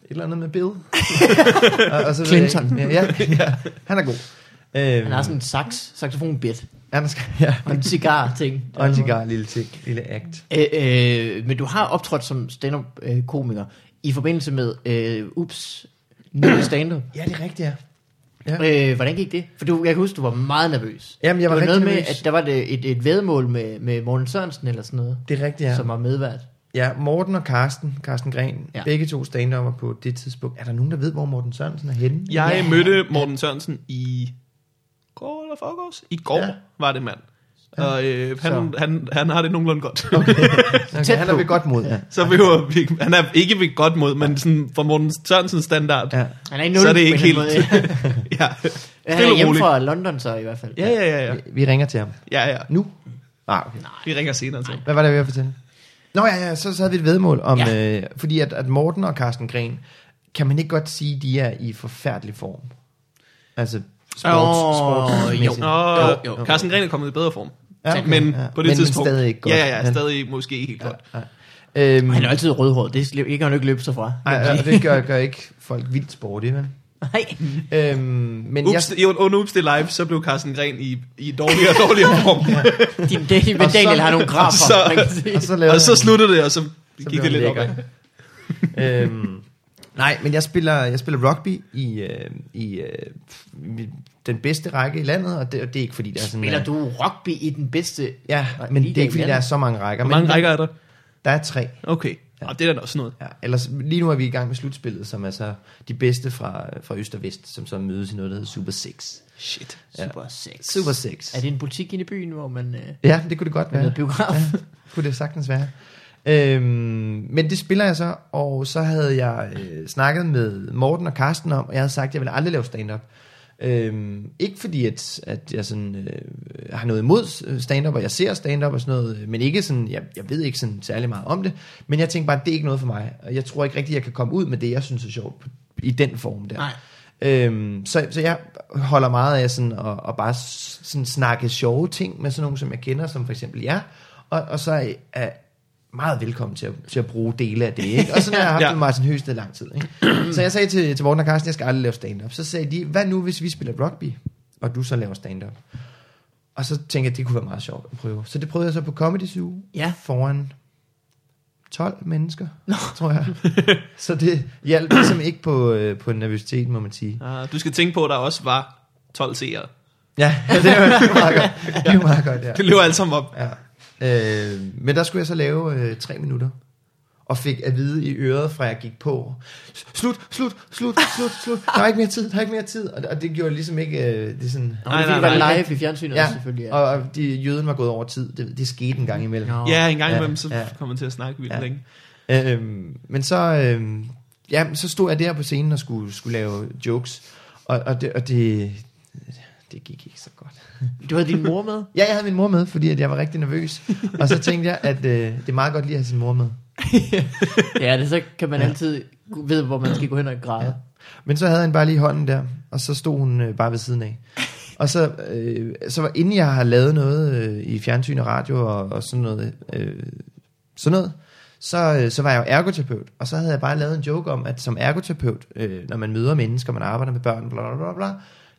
A: eller andet med Bill. og, og så ved jeg ikke.
B: Clinton.
A: Ja, ja, ja, han er god. Øhm,
B: Han har sådan en sax, saxofonbit,
A: han er sk- ja,
B: og en cigar-ting.
A: og en cigar, lille ting, lille act.
B: Øh, øh, men du har optrådt som stand-up-komiker i forbindelse med øh, Ups nye stand-up.
A: Ja, det er rigtigt, ja.
B: Øh, hvordan gik det? For du, jeg kan huske, du var meget nervøs.
A: Jamen, jeg var
B: det var
A: rigtig
B: noget med,
A: nervøs.
B: at der var et, et, et vedmål med, med Morten Sørensen eller sådan noget,
A: Det er rigtigt,
B: ja.
A: ja.
B: som var medvært.
A: Ja, Morten og Karsten, Karsten Gren,
B: Ja.
A: ja. begge to stand på det tidspunkt. Er der nogen, der ved, hvor Morten Sørensen er henne?
C: Jeg
B: Ja.
C: ja. mødte Morten Sørensen i går eller forgårs? I går ja.
A: Ja.
C: var det, mand. Og øh, han,
B: Så.
C: han, han har det nogenlunde godt.
A: Okay, han er ved godt mod, ja.
C: så behøver vi ikke, han er ikke ved godt mod, men sådan for Morten Sørensens standard, ja.
A: ja.
B: Han er i nul,
C: så er det ikke
B: på en
C: helt...
B: eller anden måde.
C: ja,
B: Han er
C: stille og
B: hjemme
C: roligt.
B: fra London så i hvert fald.
C: Ja, ja, ja, ja.
A: Vi, vi ringer til ham.
C: ja, ja.
A: Nu? Ah, okay.
C: Vi ringer senere til.
A: Hvad var det, jeg ville fortælle? Nå ja, ja, så, så havde vi et vedmål om,
B: Ja.
A: ja. øh, fordi at, at Morten og Carsten Gren, kan man ikke godt sige, de er i forfærdelig form? Altså sports,
B: Åh,
A: oh, sportsmæssigt.
B: jo.
C: Nå,
B: Jo, jo.
C: Carsten Gren er kommet i bedre form.
A: Ja, okay.
C: Men
A: Ja.
C: på det
A: Men
C: tidspunkt...
A: stadig ikke godt.
C: Ja, ja,
A: Men-
C: stadig måske ikke helt godt.
A: Øhm,
B: Han er altid rødhåret, det slip- kan han jo ikke løbe sig fra.
A: ej, ja, det gør, gør ikke folk vildt sportige, vel?
B: Nej.
A: Øhm, men jeg,
C: Ups, jeg... under Ups, det er live, så blev Carsten Gren i, i dårligere og dårligere form.
B: Din, din, men
A: Og så-
B: Daniel har nogle grafer,
C: og så-
B: man kan sige.
A: og så lavede
C: og så
A: han-
C: sluttede det, og så
A: Øh, så
C: gik
A: blev han
C: det lidt op.
A: lækker. øhm, nej, men jeg spiller, jeg spiller rugby i, øh, i øh, den bedste række i landet, og det, og det er ikke fordi, der er sådan...
B: Spiller
A: øh,
B: du rugby i den bedste
A: Ja,
B: Nej,
A: men
B: liga
A: det er ikke
B: i
A: fordi, der er
B: landet.
A: så mange rækker.
C: Hvor mange
A: men
C: rækker er der?
A: Der er tre.
C: Okay. Ja. Og det er da også noget.
A: Ja, ellers, lige nu er vi i gang med slutspillet, som er så de bedste fra, øh, fra Øst og Vest, som så mødes i noget, der hedder Super 6.
C: Shit.
B: Super 6?
A: Super 6.
B: Er det en butik inde i byen, hvor man øh,
A: Ja, det kunne det godt
B: er
A: være.
B: biograf?
A: Kunne det sagtens være. Øhm, men det spiller jeg så, og så havde jeg øh, snakket med Morten og Karsten om, og jeg havde sagt, at jeg ville aldrig lave stand-up. Øhm, ikke fordi, at, at jeg sådan, øh, har noget imod øh, stand-up, og jeg ser stand-up og sådan noget, øh, men ikke sådan, jeg, jeg ved ikke sådan særlig meget om det, men jeg tænkte bare, at det er ikke noget for mig, og jeg tror ikke rigtigt, jeg kan komme ud med det, jeg synes er sjovt på- i den form der.
B: Nej.
A: Øhm, så, så jeg holder meget af sådan at, at bare s- sådan snakke sjove ting med sådan nogen, som jeg kender, som for eksempel jer, og, og så er- er meget velkommen til at, til at bruge dele af det. Ikke? Og sådan har jeg haft
C: Ja.
A: ja. med Martin Høsted lang tid. Ikke? Så jeg sagde til, til Morten og Carsten, jeg skal aldrig lave stand-up. Så sagde de, hvad nu hvis vi spiller rugby, og du så laver stand-up? Og så tænkte jeg, at det kunne være meget sjovt at prøve. Så det prøvede jeg så på Comedy Zoo
B: Ja.
A: foran 12 mennesker, Nå. tror jeg. Så det hjalp ligesom ikke på, øh, på nervøsiteten, må man sige.
C: Uh, du skal tænke på, at der også var 12 seere.
A: Ja, det er jo meget godt. Det er jo meget godt, ja.
C: Det løber alt sammen op.
A: ja. Øh, men der skulle jeg så lave øh, tre minutter. Og fik at vide i øret, fra jeg gik på. "S- Slut, slut, slut, slut, slut. Der er ikke mere tid, der er ikke mere tid. Og, og det gjorde ligesom ikke... Øh, det er sådan,
B: Nå,
C: Nej,
B: nej, nej,
C: nej,
B: nej,
A: nej.
B: live i fjernsynet ja.
A: ja,
B: selvfølgelig. Ja.
A: og, og de, jøden var gået over tid. Det, det skete en gang imellem.
B: Nå.
C: Ja, en gang
A: Ja,
C: imellem, så
A: ja.
C: kommer man til at snakke vildt
A: Ja.
C: længe.
A: Øhm, men så, øhm, ja, så stod jeg der på scenen og skulle, skulle lave jokes, og, og, det, og det, det gik ikke så godt.
B: Du havde din mor med?
A: Ja, jeg havde min mor med, fordi at jeg var rigtig nervøs, og så tænkte jeg, at øh, det er meget godt lige at have sin mor med.
B: ja, det, så kan man ja. altid gu- vide, hvor man skal gå hen og græde.
A: Men så havde han bare lige hånden der, og så stod hun øh, bare ved siden af. Og så, øh, så var, inden jeg har lavet noget øh, i fjernsyn og radio og, og sådan noget, øh, sådan noget så, øh, så var jeg jo ergoterapeut, og så havde jeg bare lavet en joke om, at som ergoterapeut, øh, når man møder mennesker, man arbejder med børn, bla bla bla, bla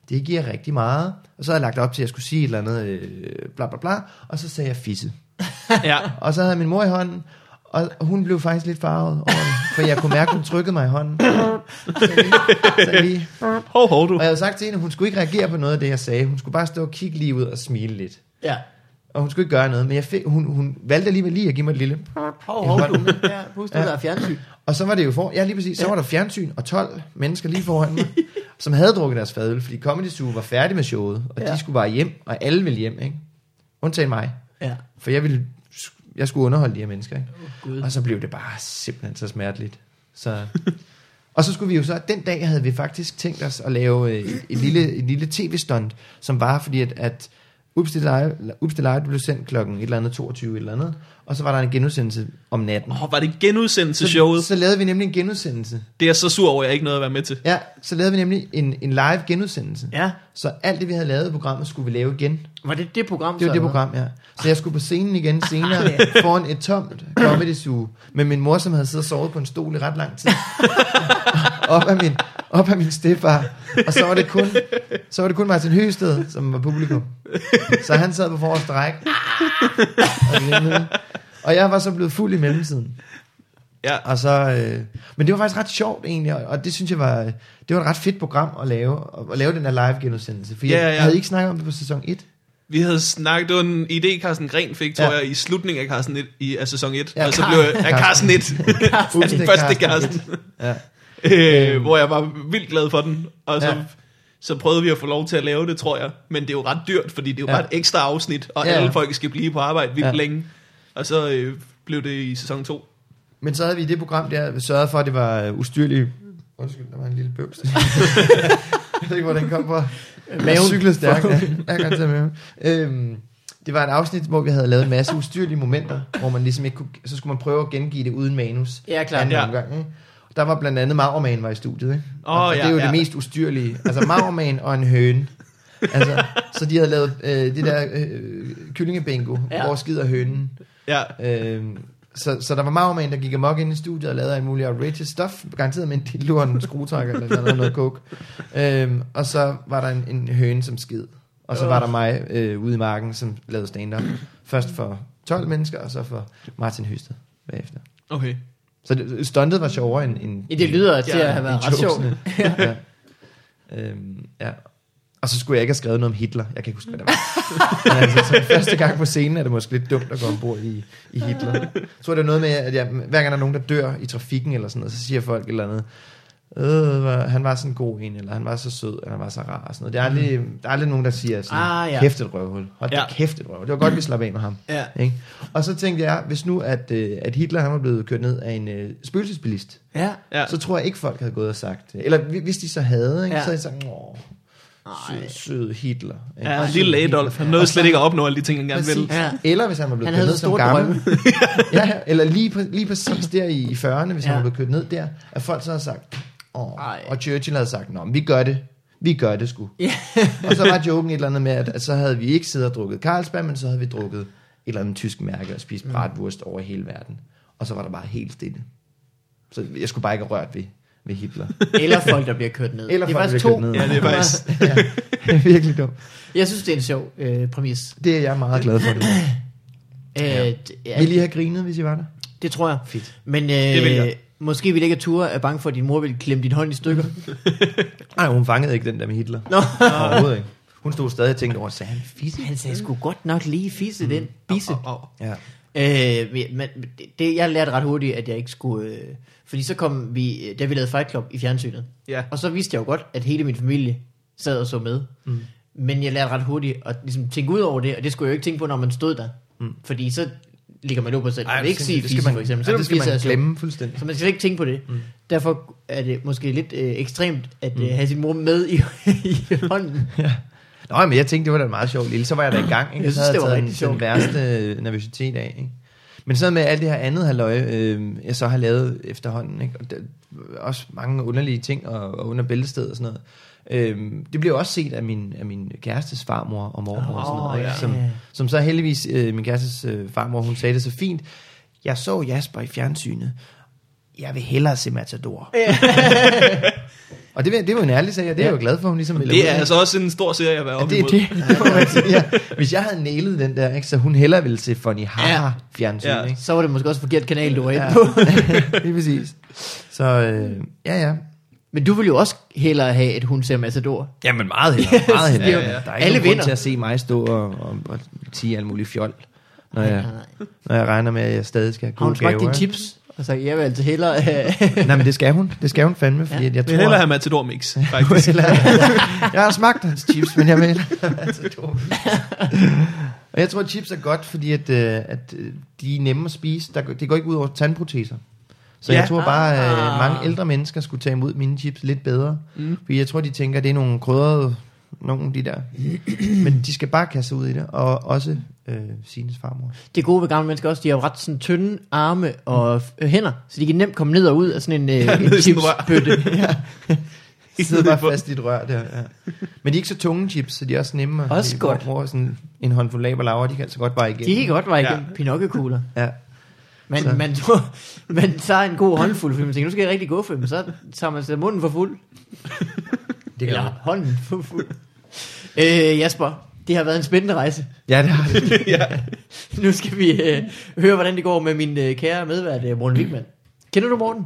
A: det giver rigtig meget. Og så havde jeg lagt op til, at jeg skulle sige et eller andet, øh, bla bla bla, og så sagde jeg fisse.
C: Ja.
A: Og så havde jeg min mor i hånden, og hun blev faktisk lidt farvet over det, for jeg kunne mærke, at hun trykkede mig i hånden. Så lige, så lige.
C: Hov, hov du.
A: Og jeg havde sagt til hende, at hun skulle ikke reagere på noget af det, jeg sagde. Hun skulle bare stå og kigge lige ud og smile lidt.
B: Ja.
A: Og hun skulle ikke gøre noget, men jeg fik, hun, hun valgte alligevel lige at give mig et lille.
B: Hov, hov, du. Ja, husk, du der er fjernsyn.
A: Og så var det jo for, ja lige præcis, så var der fjernsyn og 12 mennesker lige foran mig, som havde drukket deres fadøl, fordi Comedy Zoo var færdig med showet, og ja.
B: Ja.
A: de skulle bare hjem, og alle ville hjem, ikke? Undtagen mig,
B: Ja.
A: for jeg ville, jeg skulle underholde de her mennesker, ikke?
B: Gud.
A: Og så blev det bare simpelthen så smerteligt. Så. Og så skulle vi jo så, den dag havde vi faktisk tænkt os at lave øh, et, et lille, et lille tv-stunt, som var fordi, at, at Ups, det Live- Ups, det Live blev sendt klokken et eller andet 22 et eller andet, og så var der en genudsendelse om natten.
C: Åh, var det genudsendelse
A: så,
C: showet?
A: så lavede vi nemlig en genudsendelse.
C: Det er jeg så sur over, at jeg ikke nåede at være med til.
A: Ja, så lavede vi nemlig en, en live genudsendelse.
B: Ja.
A: Så alt det, vi havde lavet i programmet, skulle vi lave igen.
B: Var det det program?
A: Det
B: så,
A: var det
B: eller
A: program, ja. Så jeg skulle på scenen igen senere, foran et tomt comedy zoo, med min mor, som havde siddet og sovet på en stol i ret lang tid. op af min, op af min stefar. Og så var det kun, så var det kun Martin Høsted, som var publikum. Så han sad på forreste række. Og, grinede. og jeg var så blevet fuld i mellemtiden.
C: Ja.
A: Og så, øh, men det var faktisk ret sjovt egentlig, og- og det synes jeg var, det var et ret fedt program at lave, at- at lave den der live genudsendelse, for jeg
C: Ja, ja.
A: havde ikke snakket om det på sæson 1.
C: Vi havde snakket om en idé, Carsten Gren fik, tror
A: Ja.
C: ja. jeg, i slutningen af, Carsten 1, i, af sæson 1.
A: Ja,
C: Ja, og så
A: Car-
C: blev jeg af Carsten 1.
A: Fuldstændig
C: første
A: Carsten.
C: Carsten.
A: Ja. Øhm.
C: øh, hvor jeg var vildt glad for den. Og så,
A: Ja.
C: ja. så prøvede vi at få lov til at lave det, tror jeg. Men det er jo ret dyrt, fordi det er jo
A: Ja.
C: ja. bare et ekstra afsnit, og
A: Ja.
C: ja. alle folk skal blive på arbejde vildt
A: Ja.
C: ja. længe. Og så øh, blev det i sæson 2.
A: Men så havde vi i det program der sørget for, at det var øh, ustyrligt. Undskyld, der var en lille bøvs. jeg ved ikke, hvor den kom fra. Jeg cyklede stærkt. Ja. Jeg kan godt tage maven. Øhm, det var et afsnit, hvor vi havde lavet en masse ustyrlige momenter, hvor man ligesom ikke kunne, så skulle man prøve at gengive det uden manus.
B: Ja, klart.
A: Anden
C: Ja.
A: omgang, ikke? Og der var blandt andet Magerman var i studiet, ikke?
C: Åh,
A: og, og det
C: ja,
A: er jo det
C: ja.
A: mest ustyrlige. Altså Magerman og en høne. Altså, så de havde lavet øh, det der øh, kyllingebingo, ja.
B: Ja.
A: hvor skider hønen.
C: Ja.
A: Øhm, så, så der var magmænd, der gik amok ind i studiet og lavede alt muligt outrageous stuff, garanteret med en dildo og en skruetrækker eller noget, noget coke. Øhm, og så var der en, en høne, som skid. Og så var der mig øh, ude i marken, som lavede stand-up. Først for 12 mennesker, og så for Martin Høsted bagefter.
C: Okay.
A: Så det, stuntet var sjovere end, end
B: Ja, det lyder til
C: Ja,
B: at have været
A: end
B: ret sjovt.
A: jokesene. ja. Øhm, ja. Og så skulle jeg ikke have skrevet noget om Hitler. Jeg kan ikke huske, hvad det var. Men altså, som første gang på scenen er det måske lidt dumt at gå ombord i, i Hitler. Jeg tror, det er noget med, at jeg, hver gang der er nogen, der dør i trafikken eller sådan noget, så siger folk et eller andet. Øh, hvor- han var sådan en god en, eller han var så sød, eller han var så rar. Og sådan noget. Der, er aldrig, der er aldrig nogen, der siger sådan,
B: Mm. Ah, ja.
A: kæft et røvhul. Hold da
C: Ja.
A: kæft et røvhul. Det var godt, vi slap af med ham.
B: Ja.
A: Ikke? Og så tænkte jeg, hvis nu, at, øh, at Hitler han var blevet kørt ned af en øh, spøgelsesbilist,
B: Ja.
C: Ja.
A: så tror jeg ikke, folk havde gået og sagt det. Eller hvi- hvis de så havde, ikke, ja.
B: Ja.
A: så havde de sagt, åh, sød,
B: Ej.
A: sød Hitler. Ikke?
C: Ja,
A: Ej,
C: en lille
A: sød Hitler."
C: Adolf. Han nåede slet ikke at opnå alle de ting, han gerne
A: Præcis.
C: ville.
B: Ja.
A: Eller hvis han var blevet
B: Han
A: kørt
B: havde
A: ned
B: så
A: som
B: store
A: gammel.
B: drømme.
A: ja, ja, eller lige, præ- lige præcis der i, i 40'erne, hvis ja. han
B: Ja.
A: var blevet kørt ned der, at folk så havde sagt, åh,
B: Ej.
A: og Churchill havde sagt, nå, men vi gør det. Vi gør det sgu.
B: Ja.
A: og så var joken et eller andet med, at, at så havde vi ikke siddet og drukket Carlsberg, men så havde vi drukket et eller andet tysk mærke og spist
B: Mm.
A: bratwurst over hele verden. Og så var der bare helt stille. Så jeg skulle bare ikke have rørt ved, ved Hitler.
B: Eller folk, der bliver kørt ned.
A: Eller
B: det er
A: folk, der
B: faktisk
A: bliver
B: to.
A: kørt ned.
C: Ja, det er faktisk...
A: ja, det er virkelig dumt.
B: Jeg synes, det er en sjov øh, præmis.
A: Det er jeg meget glad for. Det.
B: Øh,
A: Ja.
B: ja.
A: Vil I have grinet, hvis I var der?
B: Det tror jeg.
A: Fedt.
B: Men øh,
C: vil jeg.
B: måske vil ikke at ture er bange for, at din mor vil klemme din hånd i stykker.
A: Nej, hun fangede ikke den der med Hitler.
B: Nå.
A: Overhovedet ikke. Hun stod stadig og tænkte over, sagde han fisse?
B: Han sagde sgu godt nok lige fisse mm. den bisse.
C: Au, au, au.
A: Ja.
B: Øh, men- men det- det, jeg lærte ret hurtigt, at jeg ikke skulle... Øh, fordi så kom vi, øh, da vi lavede Fight Club i fjernsynet,
C: Ja.
B: og så vidste jeg jo godt, at hele min familie sad og så med. Mm. Men jeg lærte ret hurtigt at ligesom, tænke ud over det, og det skulle jeg jo ikke tænke på, når man stod der. Mm. Fordi så ligger man jo på sig. Man vil ikke sige fisse, for eksempel.
A: Ja,
B: Så
A: det skal
B: fisse er
A: man
B: sjovt.
A: glemme fuldstændig.
B: Så man skal ikke tænke på det. Mm. Derfor er det måske lidt øh, ekstremt at
C: Mm.
B: øh, have sin mor med i, i hånden.
A: Nå, men jeg tænkte, det var da meget sjovt lille. Så var jeg da i gang. Ikke?
B: Jeg
A: Så
B: synes,
A: havde
B: det var
A: jeg taget
B: rigtig
A: den,
B: sjovt.
A: den værste øh, nervøsitet af. Ikke? Men sådan med alt det her andet halvøje, øh, jeg så har lavet efterhånden, ikke? og der, også mange underlige ting, og, og under bæltestedet og sådan noget. Øhm, det blev også set af min, af min kærestes farmor og mormor og sådan noget,
B: Åh,
A: ikke?
B: ja.
A: Som,
B: Ja.
A: som så heldigvis, øh, min kærestes øh, farmor, hun sagde det så fint, jeg så Jasper i fjernsynet, jeg vil hellere se Matador. Og det, vil- det var en ærlig sag, og det er jeg jo glad for, hun ligesom melder ud
C: Det er
A: af.
C: altså også en stor serie at være
A: Ja,
C: oppe
A: det,
C: imod.
A: det, det må man sige, ja. Hvis jeg havde nælet den der, ikke, så hun hellere ville se Funny Haha
C: Ja.
A: fjernsyn.
C: Ja.
A: Ja. Ikke?
B: Så var det måske også forkert kanal, du var inde
A: Ja.
B: på.
A: Lige præcis. Så øh, ja, ja.
B: Men du vil jo også hellere have, at hun ser Matador.
A: Jamen meget hellere, meget hellere.
B: det er jo-
A: Der er ikke
B: alle
A: nogen grund
B: vinder.
A: til at se mig stå og, og, og sige alt muligt fjol, når jeg, når jeg regner med, at jeg stadig skal have
B: Har
A: gode
B: hun
A: gaver.
B: smagt dine
A: ikke?
B: chips? Og så jeg vil altså hellere have...
A: Nej, men det skal hun. Det skal hun fandme, fordi
B: Ja.
A: ja. jeg
C: Jeg vil hellere
A: tror...
C: have Matador Mix,
A: Jeg,
C: faktisk.
A: jeg har smagt hans chips, men jeg vil hellere have
B: Altså,
A: matador. Og jeg tror, at chips er godt, fordi at, øh, at øh, de er nemme at spise. Der, går- det går ikke ud over tandproteser. Så ja.
C: Ja.
A: jeg tror bare, at
B: Ah.
A: øh, mange ældre mennesker skulle tage imod mine chips lidt bedre. Mm. Fordi jeg tror, de tænker, at det er nogle krydrede, nogle af de der. Men de skal bare kaste sig ud i det. Og også øh, Sines farmor.
B: Det gode ved gamle mennesker også, de har jo ret sådan tynde arme og øh, hænder, så de kan nemt komme ned og ud af sådan en, øh, en
C: ned i Mm. sådan et
B: chipsbøtte.
A: De sidder bare fast i et rør der. Ja. Men de er ikke så tunge chips, så de er også nemme. at-
B: Også
A: de-
B: godt.
A: Hvor, hvor sådan en håndfuld laber laver, de kan altså godt bare igennem.
B: De kan godt være igennem
C: Ja.
B: ja. pinokkekugler.
A: Ja.
B: Man,
A: Så-
B: man, tror, man tager en god håndfuld, fordi man tænker, nu skal jeg rigtig gå for dem. Så tager man sig munden for fuld,
A: Det
B: eller hånden for fuld. Øh, Jasper, det har været en spændende rejse.
A: Ja, det har det.
B: Nu skal vi øh, høre, hvordan det går med min øh, kære medvært, øh, Morten Wigman. Kender du Morten?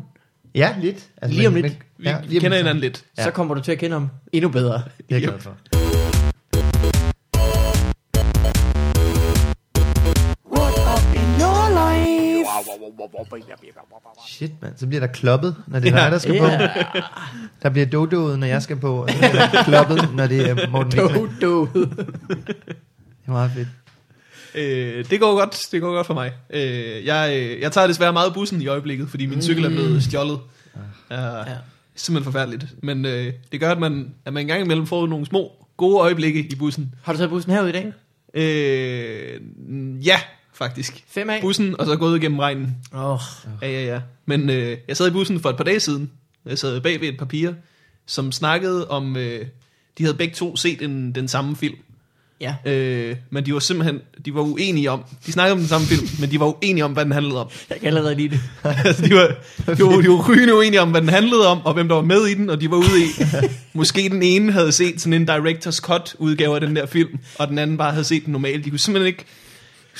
A: Ja, lidt. Altså,
B: Lige om lidt.
C: Vi kender hinanden lidt.
B: Ja.
A: Ja.
B: Så kommer du til at kende ham endnu bedre.
A: Det er jeg glad for.
D: What up in your life?
A: Shit, mand. Så bliver der kloppet, når det er
C: Ja.
A: ja. dig, der skal på.
B: Ja,
A: Der bliver dodoet, når jeg skal på. Og så bliver der kloppet, når det er Morten Wigman.
B: do, do.
A: Det er meget fedt.
C: Øh, det går godt, det går godt for mig. Øh, jeg, øh, jeg tager desværre meget bussen i øjeblikket, fordi min cykel er
B: Mm.
C: blevet stjålet.
B: Ah.
C: Ja.
B: Ja.
C: Ja. Simpelthen forfærdeligt. Men øh, det gør, at man, at man engang imellem får nogle små, gode øjeblikke i bussen.
B: Har du taget bussen herud i dag?
C: Øh, ja, faktisk.
B: 5 af?
C: Bussen, og så gået igennem regnen.
B: Oh.
C: Ja, ja, ja. Men øh, jeg sad i bussen for et par dage siden. Jeg sad bag ved et papir, som snakkede om... Øh, de havde begge to set en, den samme film.
B: Ja.
C: Øh, men de var simpelthen de var uenige om... De snakkede om den samme film, men de var uenige om, hvad den handlede om.
B: Jeg kan allerede lide det.
C: altså, de var, de var, de var rygende uenige om, hvad den handlede om, og hvem der var med i den, og de var ude i... Måske den ene havde set sådan en director's cut-udgave af den der film, og den anden bare havde set den normale. De kunne simpelthen ikke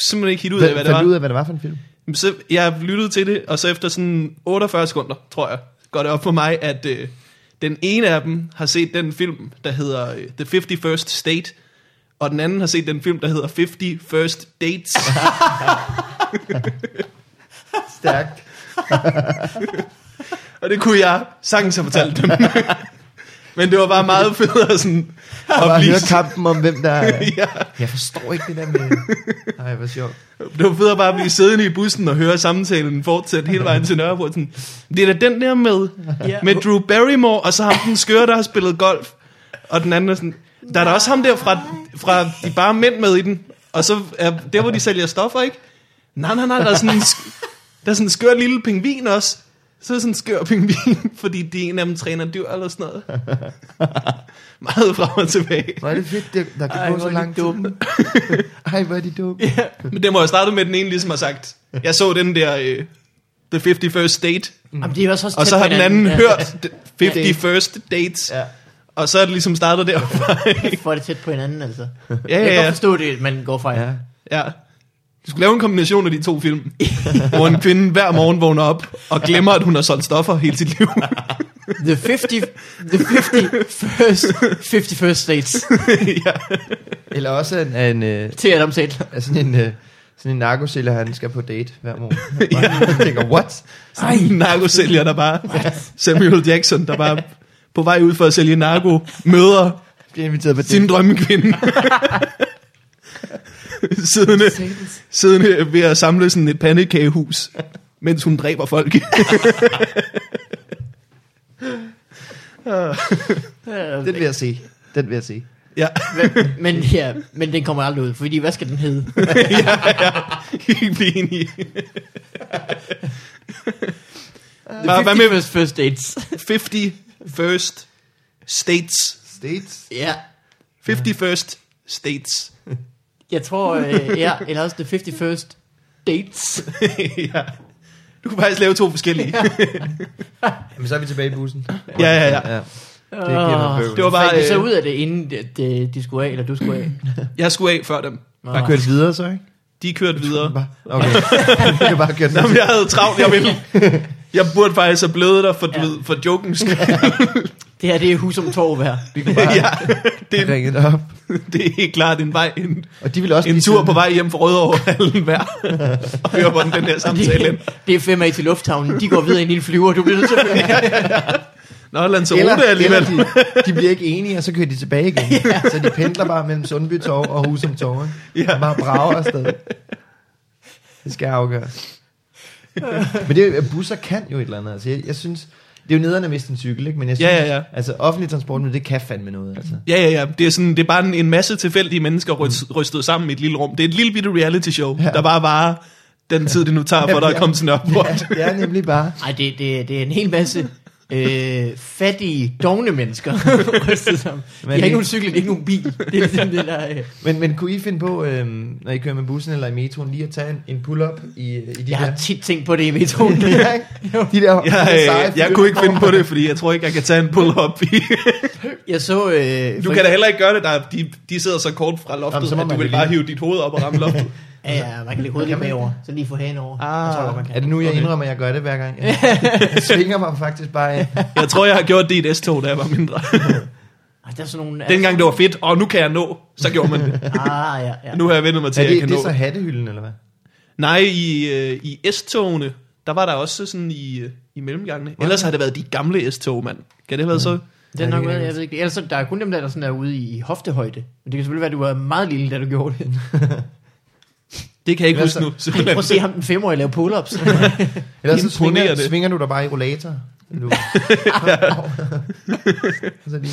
C: simpelthen ikke hitte ud af, hvad det var.
A: Fandt du ud af, hvad det var for en film?
C: Jamen, Så jeg lyttede til det, og så efter sådan 48 sekunder, tror jeg, går det op for mig, at øh, den ene af dem har set den film, der hedder øh, The 51st State, og den anden har set den film, der hedder 51st Dates.
A: Stærkt.
C: og det kunne jeg sagtens have fortalt dem. Men det var bare meget federe sådan
A: Og
C: at
A: bare
C: blive...
A: høre kampen om, hvem der er.
C: Ja,
A: Jeg forstår ikke det der med... Nej, hvor sjovt.
C: det var federe bare at blive siddende i bussen og høre samtalen fortsætte hele vejen til Nørrebro. Sådan, det er da den der med,
B: Ja.
C: med Drew Barrymore, og så ham den skøre, der har spillet golf. Og den anden er sådan, der er da også ham der fra, fra de bare er mænd med i den. Og så er der, hvor de sælger stoffer, ikke? Nej, nej, nej, der er sådan en, sk- der er sådan en skør lille pingvin også. Så er der sådan en skør pingvin, fordi de en af dem træner dyr eller sådan noget. Meget frem og tilbage.
A: Hvor er det fedt, det, der kan
B: Ej,
A: gå
B: hvor
A: så
B: er de
A: lang tid.
B: dumme.
A: Ej, hvor er de dumme.
C: Men det må jeg starte med, at den ene ligesom har sagt, jeg så den der øh, The 51st Date,
B: Jamen, det er også også
C: og
B: tæt
C: så har
B: på
C: den anden
B: hinanden.
C: hørt The 51st Dates,
A: Ja.
C: og så er det ligesom startet derfra.
B: Ja, for det tæt på hinanden, altså. Ja,
C: ja,
B: Jeg kan
C: ja.
B: godt forstå det, at man går fra.
A: Ja.
B: Ja.
C: Ja. Du skulle lave en kombination af de to film, hvor en kvinde hver morgen vågner op og glemmer, at hun har solgt stoffer hele sit liv.
B: The 50, the 50 first, 50 first states
C: ja.
A: Eller også en, en, øh,
B: til Adam Sandler.
A: er sådan en, øh, sådan en narkosælger, han skal på date hver morgen. ja. Jeg tænker, what?
C: Ej. Narkosælger, der bare... Samuel Jackson, der bare på vej ud for at sælge narko, møder
A: Bliver inviteret på date.
C: sin drømmekvinde. siddende, siddende ved at samle sådan et pandekagehus, mens hun dræber folk.
A: Den vil jeg se. Den vil jeg se.
C: ja.
B: Øh, Men, ja, men den kommer aldrig ud, fordi hvad skal den hedde?
C: ikke blive enige.
B: The
C: Hvad-
B: 50
C: hvad med-
B: first, first dates.
C: 50 first states.
A: States.
B: ja,
C: 50 first states.
B: jeg tror, øh, ja, eller også the 50 first dates.
C: ja. Du kan faktisk lave to forskellige.
A: Jamen, så er vi tilbage i bussen.
C: Ja, ja, ja.
A: ja. Det giver mig bøvl.
C: Det var bare,
B: Fandt de så
C: øh,
B: ud af det, inden de, de, de skulle af, eller du skulle af?
C: Jeg skulle af før dem.
A: Bare kørt videre så, ikke?
C: De kørte videre.
A: Bare, okay. du kan bare køre den.
C: Jamen, jeg havde travlt, jeg ville. Jeg burde faktisk have blevet der for, du ved, for jokens skyld.
B: Det her, det er husum torv her.
A: Vi kunne bare
C: ja, det,
A: have ringet op.
C: det er helt klart en vej, en,
A: Og de ville også
C: en
A: blive
C: tur
A: siddende.
C: på vej hjem fra Rødovre hver. Og høre, hvordan den her samtale ender.
B: Det er fem af til lufthavnen. De går videre ind i en flyver. Du bliver nødt til at følge med.
C: Nå, Lanzarote alligevel.
A: eller de, de bliver ikke enige, og så kører de tilbage igen. yeah. Så de pendler bare mellem Sundby Torv og Husum Torv.
C: Ja.
A: Yeah. Og bare brager afsted. Det skal afgøres. Men det, er jo- busser kan jo et eller andet. Altså, jeg, jeg synes, det er jo nederne at miste en cykel, ikke? Men jeg synes,
C: Ja, ja, ja.
A: altså offentlig transport, men det kan fandme noget. Altså.
C: Ja, ja, ja. Det er, sådan, det er bare en, en masse tilfældige mennesker
A: Mm.
C: ryst, rystet sammen i et lille rum. Det er et lille bitte reality show, ja. der bare varer den tid, det nu tager for dig at komme til Nørreport.
A: Ja, det er nemlig bare...
B: Ej, det, det, det er en hel masse øh, fattige, dogne mennesker. rystet sammen. de
A: Men
B: har ikke
A: det-
B: nogen cykel, de har ikke nogen bil. Det er ligesom det der... Øh.
A: Men, men kunne I finde på, øhm, når I kører med bussen eller i metroen, lige at tage en, en pull-up i, øh, i de
B: Jeg har
A: der...
B: tit tænkt på det i metroen.
A: ja, ikke? de der
C: Jeg,
A: seje
C: øh, jeg kunne ikke finde på det, fordi jeg tror ikke, jeg kan tage en pull-up i.
B: Jeg så... Øh,
C: Du
B: for-
C: kan da heller ikke gøre det, der, er- de, de sidder så kort fra loftet,
A: Jamen, så
C: Jamen,
A: må
C: at du
A: man
C: vil
A: jo
C: bare
A: lige-
C: hive dit hoved op og ramme loftet.
B: Ja, ja, man kan lægge hovedet lidt bagover. Så lige få hagen over.
C: Ah.
B: jeg tror, godt, man kan.
A: Er det nu, jeg
C: Okay.
A: indrømmer, at jeg gør det hver gang? Jeg, jeg svinger mig faktisk bare ind.
C: Jeg tror, jeg har gjort det i et S-tog, da jeg var mindre.
B: Ej, der er sådan nogle...
C: Dengang det var fedt, og nu kan jeg nå, så gjorde man det.
B: Ah, ja, ja.
C: Nu har jeg vendt mig til,
A: Er
C: at jeg
A: det,
C: kan
A: det er
C: nå.
A: så hattehylden, eller hvad?
C: Nej, i, øh, i S-togene, der var der også sådan i, øh, i mellemgangene. Ellers har det været de gamle S-tog, mand. Kan det have været så?
B: Det er nok, jeg, jeg ved ikke. Ellers er der er kun dem der, der sådan er ude i hoftehøjde. Men det kan selvfølgelig være, at du var meget lille, da du gjorde det.
C: Det kan jeg ikke
A: Ellers
C: huske nu.
B: Prøv
C: simpelthen.
B: at se ham den femårige lave pull-ups.
A: Ellers så
C: Imponerer
A: svinger,
C: det.
A: svinger du dig bare i rollator. Du. så lige.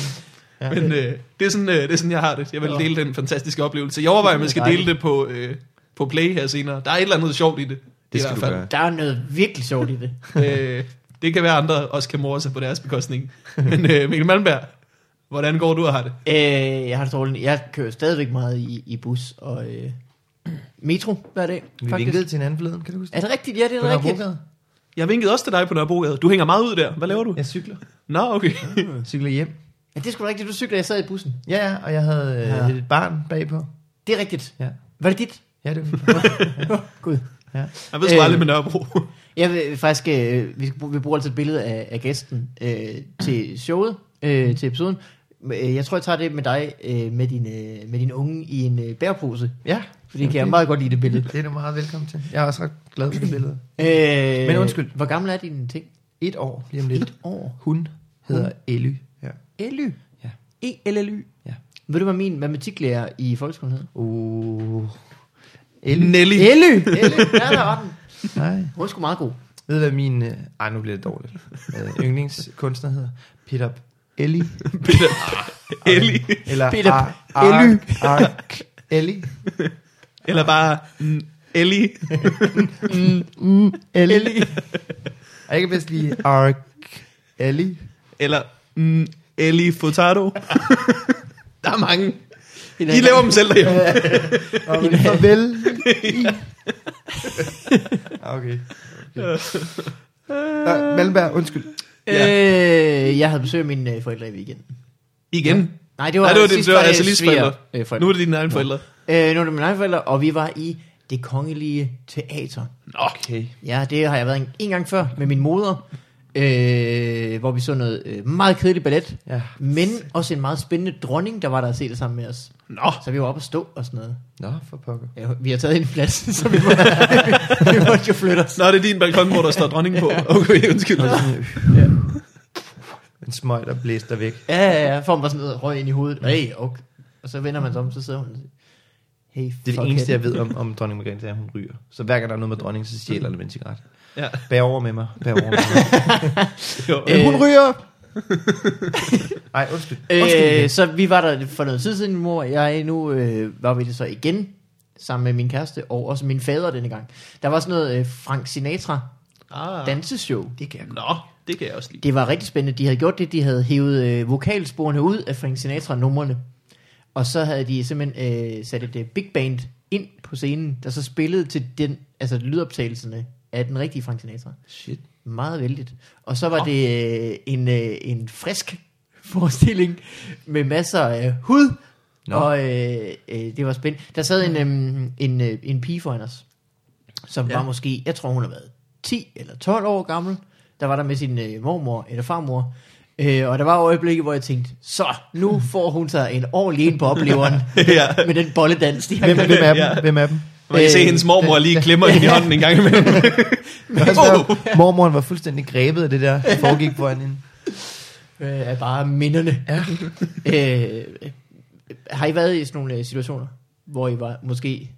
A: Ja.
C: Men øh, det, er sådan, øh, det er sådan, jeg har det. Jeg vil
B: Ja.
C: dele den fantastiske oplevelse. Jeg overvejer, om jeg skal
B: Det er
C: dele det på, øh, på Play her senere. Der er et eller andet sjovt i det. Det skal i hvert fald.
B: der er noget virkelig sjovt i det.
C: Øh, det kan være, andre også kan morse sig på deres bekostning. Men øh, Mikkel Malmberg, hvordan går du og har det?
B: Øh, jeg har det dårligt. Jeg kører stadigvæk meget i, i bus og øh, metro hver dag.
A: Vi
B: faktisk.
A: vinkede til hinanden forleden, kan du huske
B: Er det rigtigt? Ja, det er
A: På
B: rigtigt.
A: Nørrebrogade.
C: Jeg vinkede også til dig på Nørrebrogade. Du hænger meget ud der. Hvad laver du?
A: Jeg cykler.
C: Nå, okay.
A: Cykler hjem.
B: Ja, det er sgu da rigtigt. Du cyklede, jeg sad i bussen.
A: Ja, ja, og jeg havde øh,
B: Ja.
A: et barn bagpå.
B: Det er rigtigt.
A: Ja,
B: Var det dit?
A: ja det var fint.
B: Gud.
A: ja.
C: Jeg ved sgu
B: Øh.
C: aldrig med Nørrebro.
B: Jeg vil faktisk, øh, vi, skal bruge- vi bruger altid et billede af, af gæsten øh, til showet, øh, til episoden. Men, øh, Jeg tror, jeg tager det med dig, øh, med din, øh, med din unge i en øh, bærepose.
A: ja.
B: For det kan jeg meget godt lide, det billede.
A: Det er du meget velkommen til. Jeg er også ret glad for det billede.
B: Øh,
A: Men undskyld.
B: Hvor gammel er din ting?
A: Et år lige om lidt.
B: Et år.
A: Hun hedder Elly. Ja.
B: Ely.
A: Ja.
B: E-L-L-Y.
A: Ja.
B: Ved du, hvad min matematiklærer i folkeskolen hed?
A: Uh. Elly.
C: Nelly.
B: Elly. Elly. Ja, der var den.
A: Nej.
B: Hun er sgu meget god.
A: Ved du, hvad min... Øh, ej, nu bliver det dårligt. Øh, yndlingskunstner hedder Peter Elly.
C: Peter. Ellie.
A: Eller
B: Peter
A: Ar-
B: Elly.
A: Ar- Ar- Elly.
C: Eller bare mm, Ellie.
A: Elly. Og jeg kan bedst lide Ark Elly.
C: Eller mm, Ellie Furtado. Der er mange.
B: En
C: I
B: anden-
C: laver dem selv derhjemme.
A: Og men farvel. I. Ah, okay. okay. Malmberg, undskyld.
B: Øh, jeg havde besøg af mine øh, forældre i weekenden.
C: Igen.
B: Nej, det var,
C: Nej, det var, det,
B: sidst
C: det var
B: det
C: altså lige
B: sviger-
C: forældre.
B: øh, forældre.
C: Nu er det dine egne forældre.
B: Øh, nu er det mine egne forældre, og vi var i det kongelige teater.
C: Okay.
B: Ja, det har jeg været en, en gang før med min moder, øh, hvor vi så noget øh, meget kedeligt ballet,
A: Ja.
B: men også en meget spændende dronning, der var der at se det sammen med os.
C: Nå.
B: Så vi var oppe at stå og sådan noget.
A: Nå, for pokker.
B: Ja, vi har taget en plads, så vi må, vi måtte jo flytte os.
C: Nå, det er din balkon, hvor der står dronning på. Okay, undskyld.
A: En smøg, der blæster væk.
B: Ja, ja, ja, får mig sådan noget røg ind i hovedet. Hey, okay. Og så vender man sig om, så sidder hun og siger, hey,
A: Det er
B: fuck
A: det eneste,
B: it.
A: jeg ved om, om dronning Margrethe, er, at hun ryger. Så hver gang der er noget med dronningen, så
B: Mm.
A: stjæler det med en cigaret.
C: Ja.
A: Bær over med mig. Bær over med mig.
C: Jo.
B: Øh,
A: Hun ryger! Nej, undskyld.
B: Øh, så vi var der for noget tid siden, min mor og jeg. Nu øh, var vi det så igen, sammen med min kæreste, og også min fader denne gang. Der var sådan noget øh, Frank Sinatra
C: Ah.
B: danseshow. Det kan
C: Nå, det kan jeg også lide.
B: Det var rigtig spændende. De havde gjort det, de havde hævet øh, vokalsporene ud af Frank Sinatra-numrene. Og så havde de simpelthen øh, sat et øh, big band ind på scenen, der så spillede til den, altså lydoptagelserne af den rigtige Frank Sinatra.
A: Shit.
B: Meget vældigt. Og så var det øh, en, øh, en frisk forestilling med masser af hud.
A: Nå.
B: Nå. Og øh, øh, det var spændende. Der sad en, øh, en, øh, en pige foran os, som
A: Ja.
B: ja. var måske, jeg tror hun har været 10 eller 12 år gammel. Der var der med sin øh, mormor eller farmor. Øh, og der var øjeblikke, hvor jeg tænkte, så nu får hun sig en ordentlig en på opleveren
C: Ja.
B: med den bolledans, de har
A: Hvem, hvem er dem?
C: Ja.
A: Hvem er dem?
C: Man kan øh, se,
B: Øh,
C: hendes mormor lige klemmer hende i hånden en gang imellem.
A: Det var
B: Oh.
A: også der, mormoren var fuldstændig grebet af det der, der foregik foran hende.
B: øh, er bare minderne.
A: Ja.
B: øh, har I været i sådan nogle øh, situationer, hvor I var måske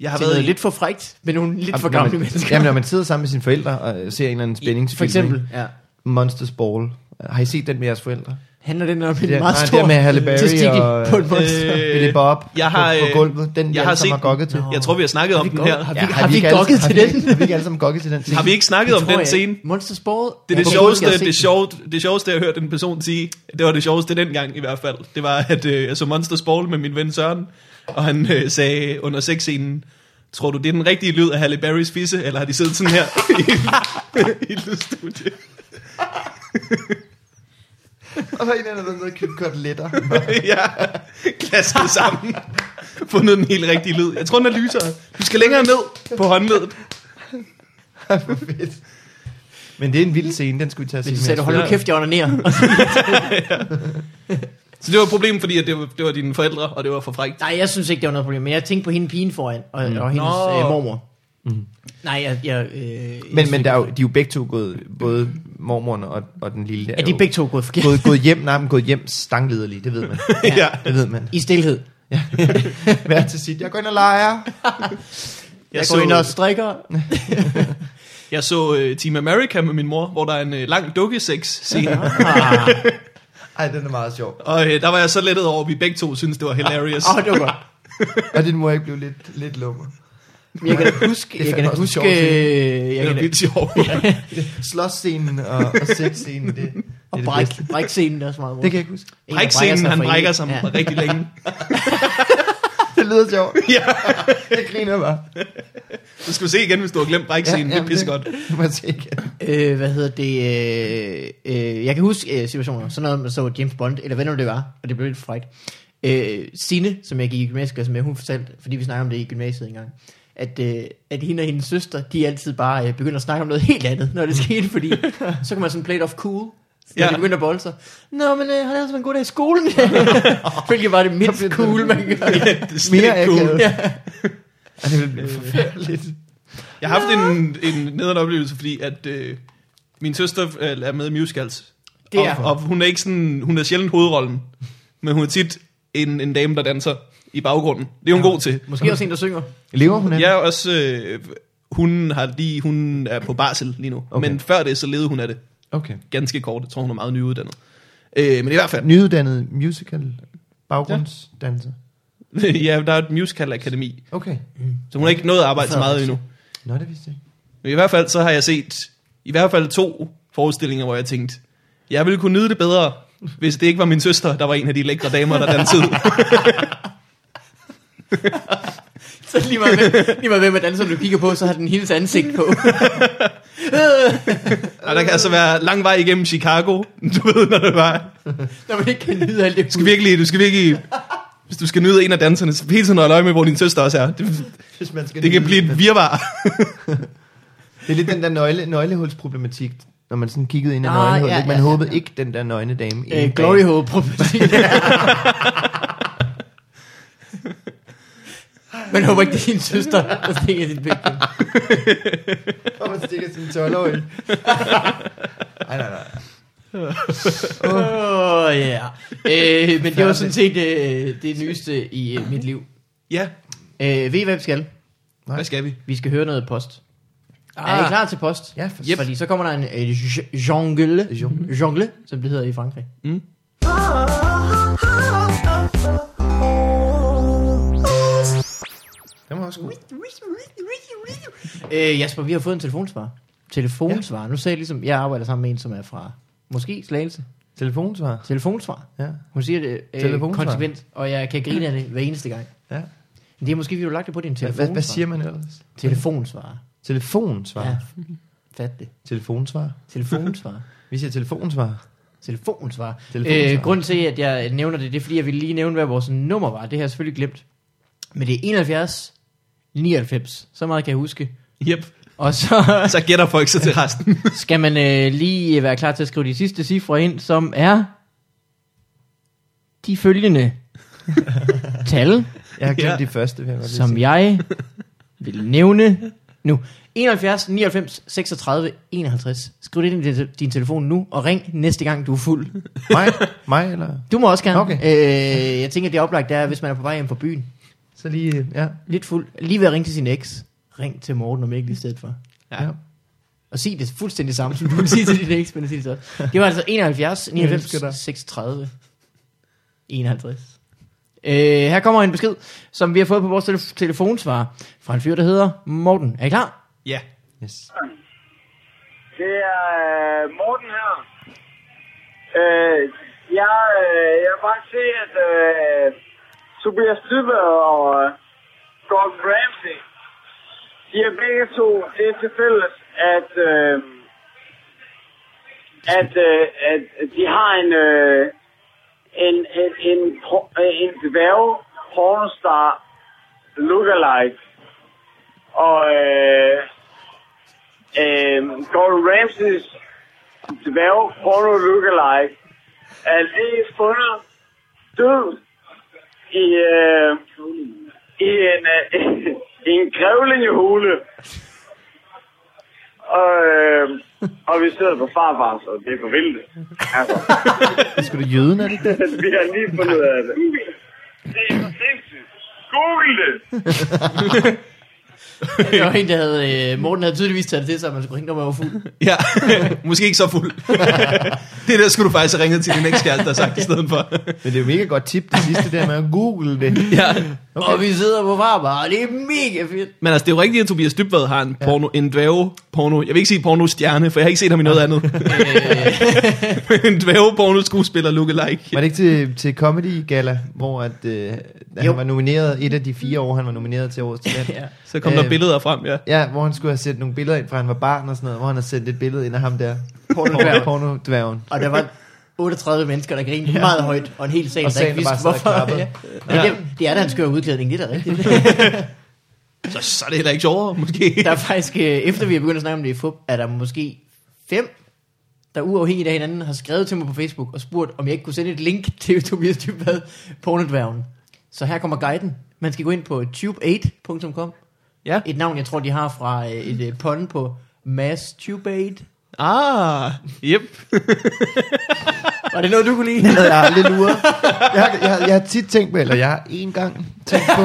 C: Jeg
B: har
C: har
B: til været
C: været
B: noget
C: i,
B: lidt for frægt med nogle lidt for
A: Jamen, når
B: gamle
A: man-
B: mennesker?
A: Jamen, når man sidder sammen med sine forældre og øh, ser en eller anden spændingsfilm.
B: For eksempel,
A: ikke?
B: ja.
A: Monsters Ball. Har I set den med jeres forældre?
B: handler den om en
A: Det er-
B: meget
A: nej,
B: stor
A: det er med Halle Berry
B: testikel
A: og-
B: på et monster?
C: Øh,
A: Øh, Vil det bob
C: jeg har,
A: på,
C: øh,
A: på, gulvet? Den,
C: jeg
A: jeg
C: har
A: har sammen har
C: set-
A: gokket til.
B: Nå.
C: jeg tror, vi har snakket om den her.
B: Har vi, har vi,
A: ikke
B: ikke
A: alle-
B: gokket til
A: har
B: den?
A: vi, ikke- Har vi ikke alle sammen gokket til den?
C: Har vi ikke snakket om den scene?
B: Monsters Ball?
C: Det er
B: Jeg
C: det
B: tror, jeg
C: sjoveste,
B: har set
C: det,
B: den.
C: sjov, det sjoveste, jeg har hørt en person sige, det var det sjoveste dengang i hvert fald, det var, at øh, jeg så Monsters Ball med min ven Søren, og han øh, sagde under sexscenen, tror du, det er den rigtige lyd af Halle Berrys fisse, eller har de siddet sådan her i, i lydstudiet?
A: Og så er en eller anden, der købt koteletter.
C: ja, klasket sammen, fundet den helt rigtige lyd. Jeg tror, den er lysere. Du skal længere ned på håndledet.
A: Hvor fedt. Men det er en vild scene, den skulle vi tage at se
B: Hvis du
A: med
B: sagde,
A: os.
B: hold nu kæft, jeg onanerer.
C: Så det var et problem, fordi at det, var, det var dine forældre, og det var for frækt.
B: Nej, jeg synes ikke, det var noget problem. Men jeg tænkte på hende pigen foran, og, mm. og hendes
C: Nå.
B: øh, mormor. Mm. Nej, jeg... jeg øh, jeg
A: Men, men
B: synes-
A: der er jo, de er jo begge to gået, både mormoren og, og den lille.
B: Er de
A: jo
B: begge to gået forkert?
A: gået, gået hjem, nej, men gået hjem stanglederlige, det ved man.
C: Ja. ja.
A: Det ved man.
B: I stillhed.
A: Hver til sit, jeg går ind og leger.
B: Jeg, går ind og strikker.
C: Jeg så øh, Team America med min mor, hvor der er en øh, lang dukkesex-scene.
B: Ah,
A: Ej, den er meget sjov.
C: og øh, der var jeg så lettet over, at vi begge to synes det var hilarious.
B: Åh, det var godt.
A: Og din mor ikke blev lidt, lidt lummer.
B: Men Jeg kan da huske,
A: Det er
B: jeg kan da
A: fandme også
B: huske,
A: en sjov
B: øh, jeg
C: det
B: kan
C: var
B: da,
C: vildt sjovt.
A: Slåsscenen og, og sexscenen, det, det er
B: og
A: det
B: bræk,
A: bedste.
B: brækscenen er også meget
A: Det kan jeg ikke huske.
B: En, der
C: Brækscenen,
B: sig
C: han
B: for en.
C: brækker sig ja. rigtig længe.
A: Det lyder sjovt.
C: Ja.
A: Jeg griner bare.
C: Du skal se igen, hvis du har glemt brækscenen. Ja, det er
A: jamen,
C: pissegodt.
A: Det må jeg se igen.
B: Øh, hvad hedder det? Øh, øh, jeg kan huske øh, situationer, sådan noget, man så James Bond, eller hvad nu det var, og det blev lidt frækt. Øh, Sine, som jeg gik i gymnasiet altså med, hun fortalte, fordi vi snakkede om det i gymnasiet engang, at, øh, at hende og hendes søster, de altid bare øh, begynder at snakke om noget helt andet, når det
A: Mm.
B: skete, fordi så kan man sådan play it off cool, når
C: Ja.
B: ja. de begynder at bolde sig. Nå, men øh, har det altså en god dag i skolen? Hvilket var det mindst
A: bliver det-
B: cool, man kan gøre.
C: det er slet
A: Mere
C: ikke cool.
A: akavet.
B: Ja.
A: Ej, det ville blive forfærdeligt.
C: Jeg har haft en, en nederen oplevelse, fordi at øh, min søster øh, er med i musicals.
B: Det er
C: og,
B: hun.
C: og hun er ikke sådan, hun er sjældent hovedrollen, men hun er tit en, en dame, der danser i baggrunden. Det er hun ja. god til.
B: Måske også en, der synger.
A: Lever hun af
C: Jeg er også, øh, hun, har lige, hun er på barsel lige nu, okay.
A: Okay.
C: men før det, så levede hun af det
A: Okay.
C: ganske kort. Jeg tror, hun er meget nyuddannet. Øh, men i hvert fald,
A: Nyuddannet musical baggrundsdanser.
C: ja, der er et musical akademi,
A: Okay.
C: så hun har ikke nået at arbejde så meget
B: Fredericia.
C: endnu.
A: Nå, det vidste jeg ikke.
C: Men i hvert fald, så har jeg set i hvert fald to forestillinger, hvor jeg tænkte, jeg ville kunne nyde det bedre, hvis det ikke var min søster, der var en af de lækre damer, der dansede.
B: Så lige meget, hvem, lige meget hvem af danserne, du kigger på, så har den hendes ansigt på.
C: Og der kan altså være lang vej igennem Chicago, du ved, når det var.
B: Når man ikke kan nyde alt det
C: Du skal virkelig, du skal virkelig, hvis du skal nyde en af danserne, så hele tiden holde øje med, hvor din søster også er. Det,
A: Hvis man skal
C: Det kan
A: nyde-
C: blive et virvar.
A: Det er lidt den der nøgle, nøglehulsproblematik, når man sådan kiggede ind i
B: Nå,
A: nøglehullet.
B: ja,
A: Ja, man
B: ja,
A: håbede ikke den der nøgne dame. inde
B: Øh,
A: bag.
B: glory hole problematik. Man håber ikke, det er din søster, der stikker sin pik. på.
A: Og man stikker sin 12-årig. Ej, nej, nej.
B: Åh, oh, ja. Yeah. Øh, men det var sådan set øh, det nyeste i øh, mit liv.
C: Ja,
B: Øh, ved I, hvad vi skal?
C: hvad skal vi?
B: Vi skal høre noget post. Ah. Er I klar til post?
A: Ja, for
B: Yep. Fordi så kommer der en øh, j- jongle,
A: Jongle.
B: jongle, som det hedder i Frankrig.
D: Ah, ah,
A: Det var også god.
B: Øh, Jasper, vi har fået en telefonsvar. Telefonsvar. Ja. Nu sagde jeg ligesom, jeg arbejder sammen med en, som er fra måske Slagelse.
A: Telefonsvar.
B: Telefonsvar.
A: Ja.
B: Hun siger det øh,
A: Telefonsvar.
B: konsekvent, og jeg kan grine af det hver eneste gang.
A: ja.
B: Men det er måske, vi har lagt det på din telefonsvar.
A: Hvad, hvad siger man ellers?
B: Telefonsvar.
A: Telefonsvar.
B: Ja.
A: Ja.
B: Fat det.
A: Telefonsvar.
B: Telefonsvar.
A: Vi siger telefonsvar.
B: Telefonsvar.
A: Telefonsvarer.
B: Øh, grunden til, at jeg nævner det, det er, fordi jeg ville lige nævne, hvad vores nummer var. Det har jeg selvfølgelig glemt. Men det er 71, 99. Så meget kan jeg huske.
C: Yep.
B: Og så
C: Så gætter folk sig til resten.
B: skal man øh, lige være klar til at skrive de sidste cifre ind, som er de følgende tal,
A: Jeg har glemt
C: Ja.
A: de første, vil jeg godt lige
B: som
A: sige.
B: jeg vil nævne nu. 71, 99, 36, 51. Skriv det ind i din- din telefon nu, og ring næste gang, du er fuld.
A: Mig, mig eller?
B: Du må også gerne.
A: Okay.
B: Øh, jeg tænker, det oplagt er, hvis man er på vej hjem fra byen,
A: Så lige, øh, ja.
B: lidt fuld, lige ved at ringe til sin eks, ring til Morten og Mikkel i stedet for.
C: Ja.
A: Ja.
B: Og sig det fuldstændig samme, som du vil sige til din eks, men sig det så. Det var altså 71,
A: elsker dig.
B: 99, 36, 51. Øh, her kommer en besked, som vi har fået på vores tele- telefonsvar fra en fyr, der hedder Morten. Er I klar?
C: Ja.
A: Yes.
E: Det er øh, Morten her. Øh, jeg, øh, jeg vil bare sige, at øh, Tobias Lybe og øh, Gordon Ramsay, de er begge to det til fælles, at, øh, at, øh, at de har en, øh, en, en, en, pro- øh, en dværg pornostar lookalike. Og øh, øh, Gordon Ramsays dværg porno lookalike er lige fundet død i, øh, i en, øh, i en grævlingehule. Og, øh, og vi sidder på farfar, så det er for vildt. Altså,
A: Det skulle da jøden, er det ikke det?
E: vi har lige fundet ud af det. Det er sindssygt. Google det!
B: Det var en, der havde, øh, Morten havde tydeligvis taget det til sig, at man skulle ringe, når man var fuld.
C: Ja, måske ikke så fuld. det der skulle du faktisk have ringet til din ekskæreste, der sagt i stedet for.
A: Men det er jo mega godt tip, det sidste der med at google det.
C: ja.
B: Okay. Og vi sidder på farbar, og det er mega fedt.
C: Men altså, det er jo rigtigt, at Tobias Dybvad har en, porno, en dvæve porno. Jeg vil ikke sige porno-stjerne, for jeg har ikke set ham i noget andet. Men en dvæve porno-skuespiller lookalike.
A: Var det ikke til, til Comedy Gala, hvor at, øh,
B: Jo.
A: han var nomineret, et af de fire år, han var nomineret til årets talent?
B: Ja.
C: Så kom øh, der
A: Øh,
C: billeder frem, ja.
A: Ja, hvor han skulle have sendt nogle billeder ind fra, han var barn og sådan noget, hvor han har sendt et billede ind af ham der.
B: Pornodværgen.
A: Porno dværgen.
B: Og der var 38 mennesker, der grinede ja. meget højt, og en hel sal,
A: Og
B: der ikke
A: salen
B: vidste,
A: bare sad og
B: hvorfor.
A: klappede.
B: Ja. Ja. Det, det er da en skør udklædning, det er da rigtigt.
C: Så, så er det heller ikke sjovere, måske.
B: Der er faktisk, øh, efter vi er begyndt at snakke om det i FUP, er der måske fem, der uafhængigt af hinanden har skrevet til mig på Facebook og spurgt, om jeg ikke kunne sende et link til Tobias Dybvad, pornodværgen. Så her kommer guiden. Man skal gå ind på tube8.com.
C: Ja.
B: Et navn, jeg tror, de har fra øh, et øh, pun på Mass Tube8.
C: Ah, yep.
B: Var det noget, du kunne lide?
A: Det havde jeg aldrig luret. Jeg, har- jeg, jeg har tit tænkt på, eller jeg har en gang tænkt på,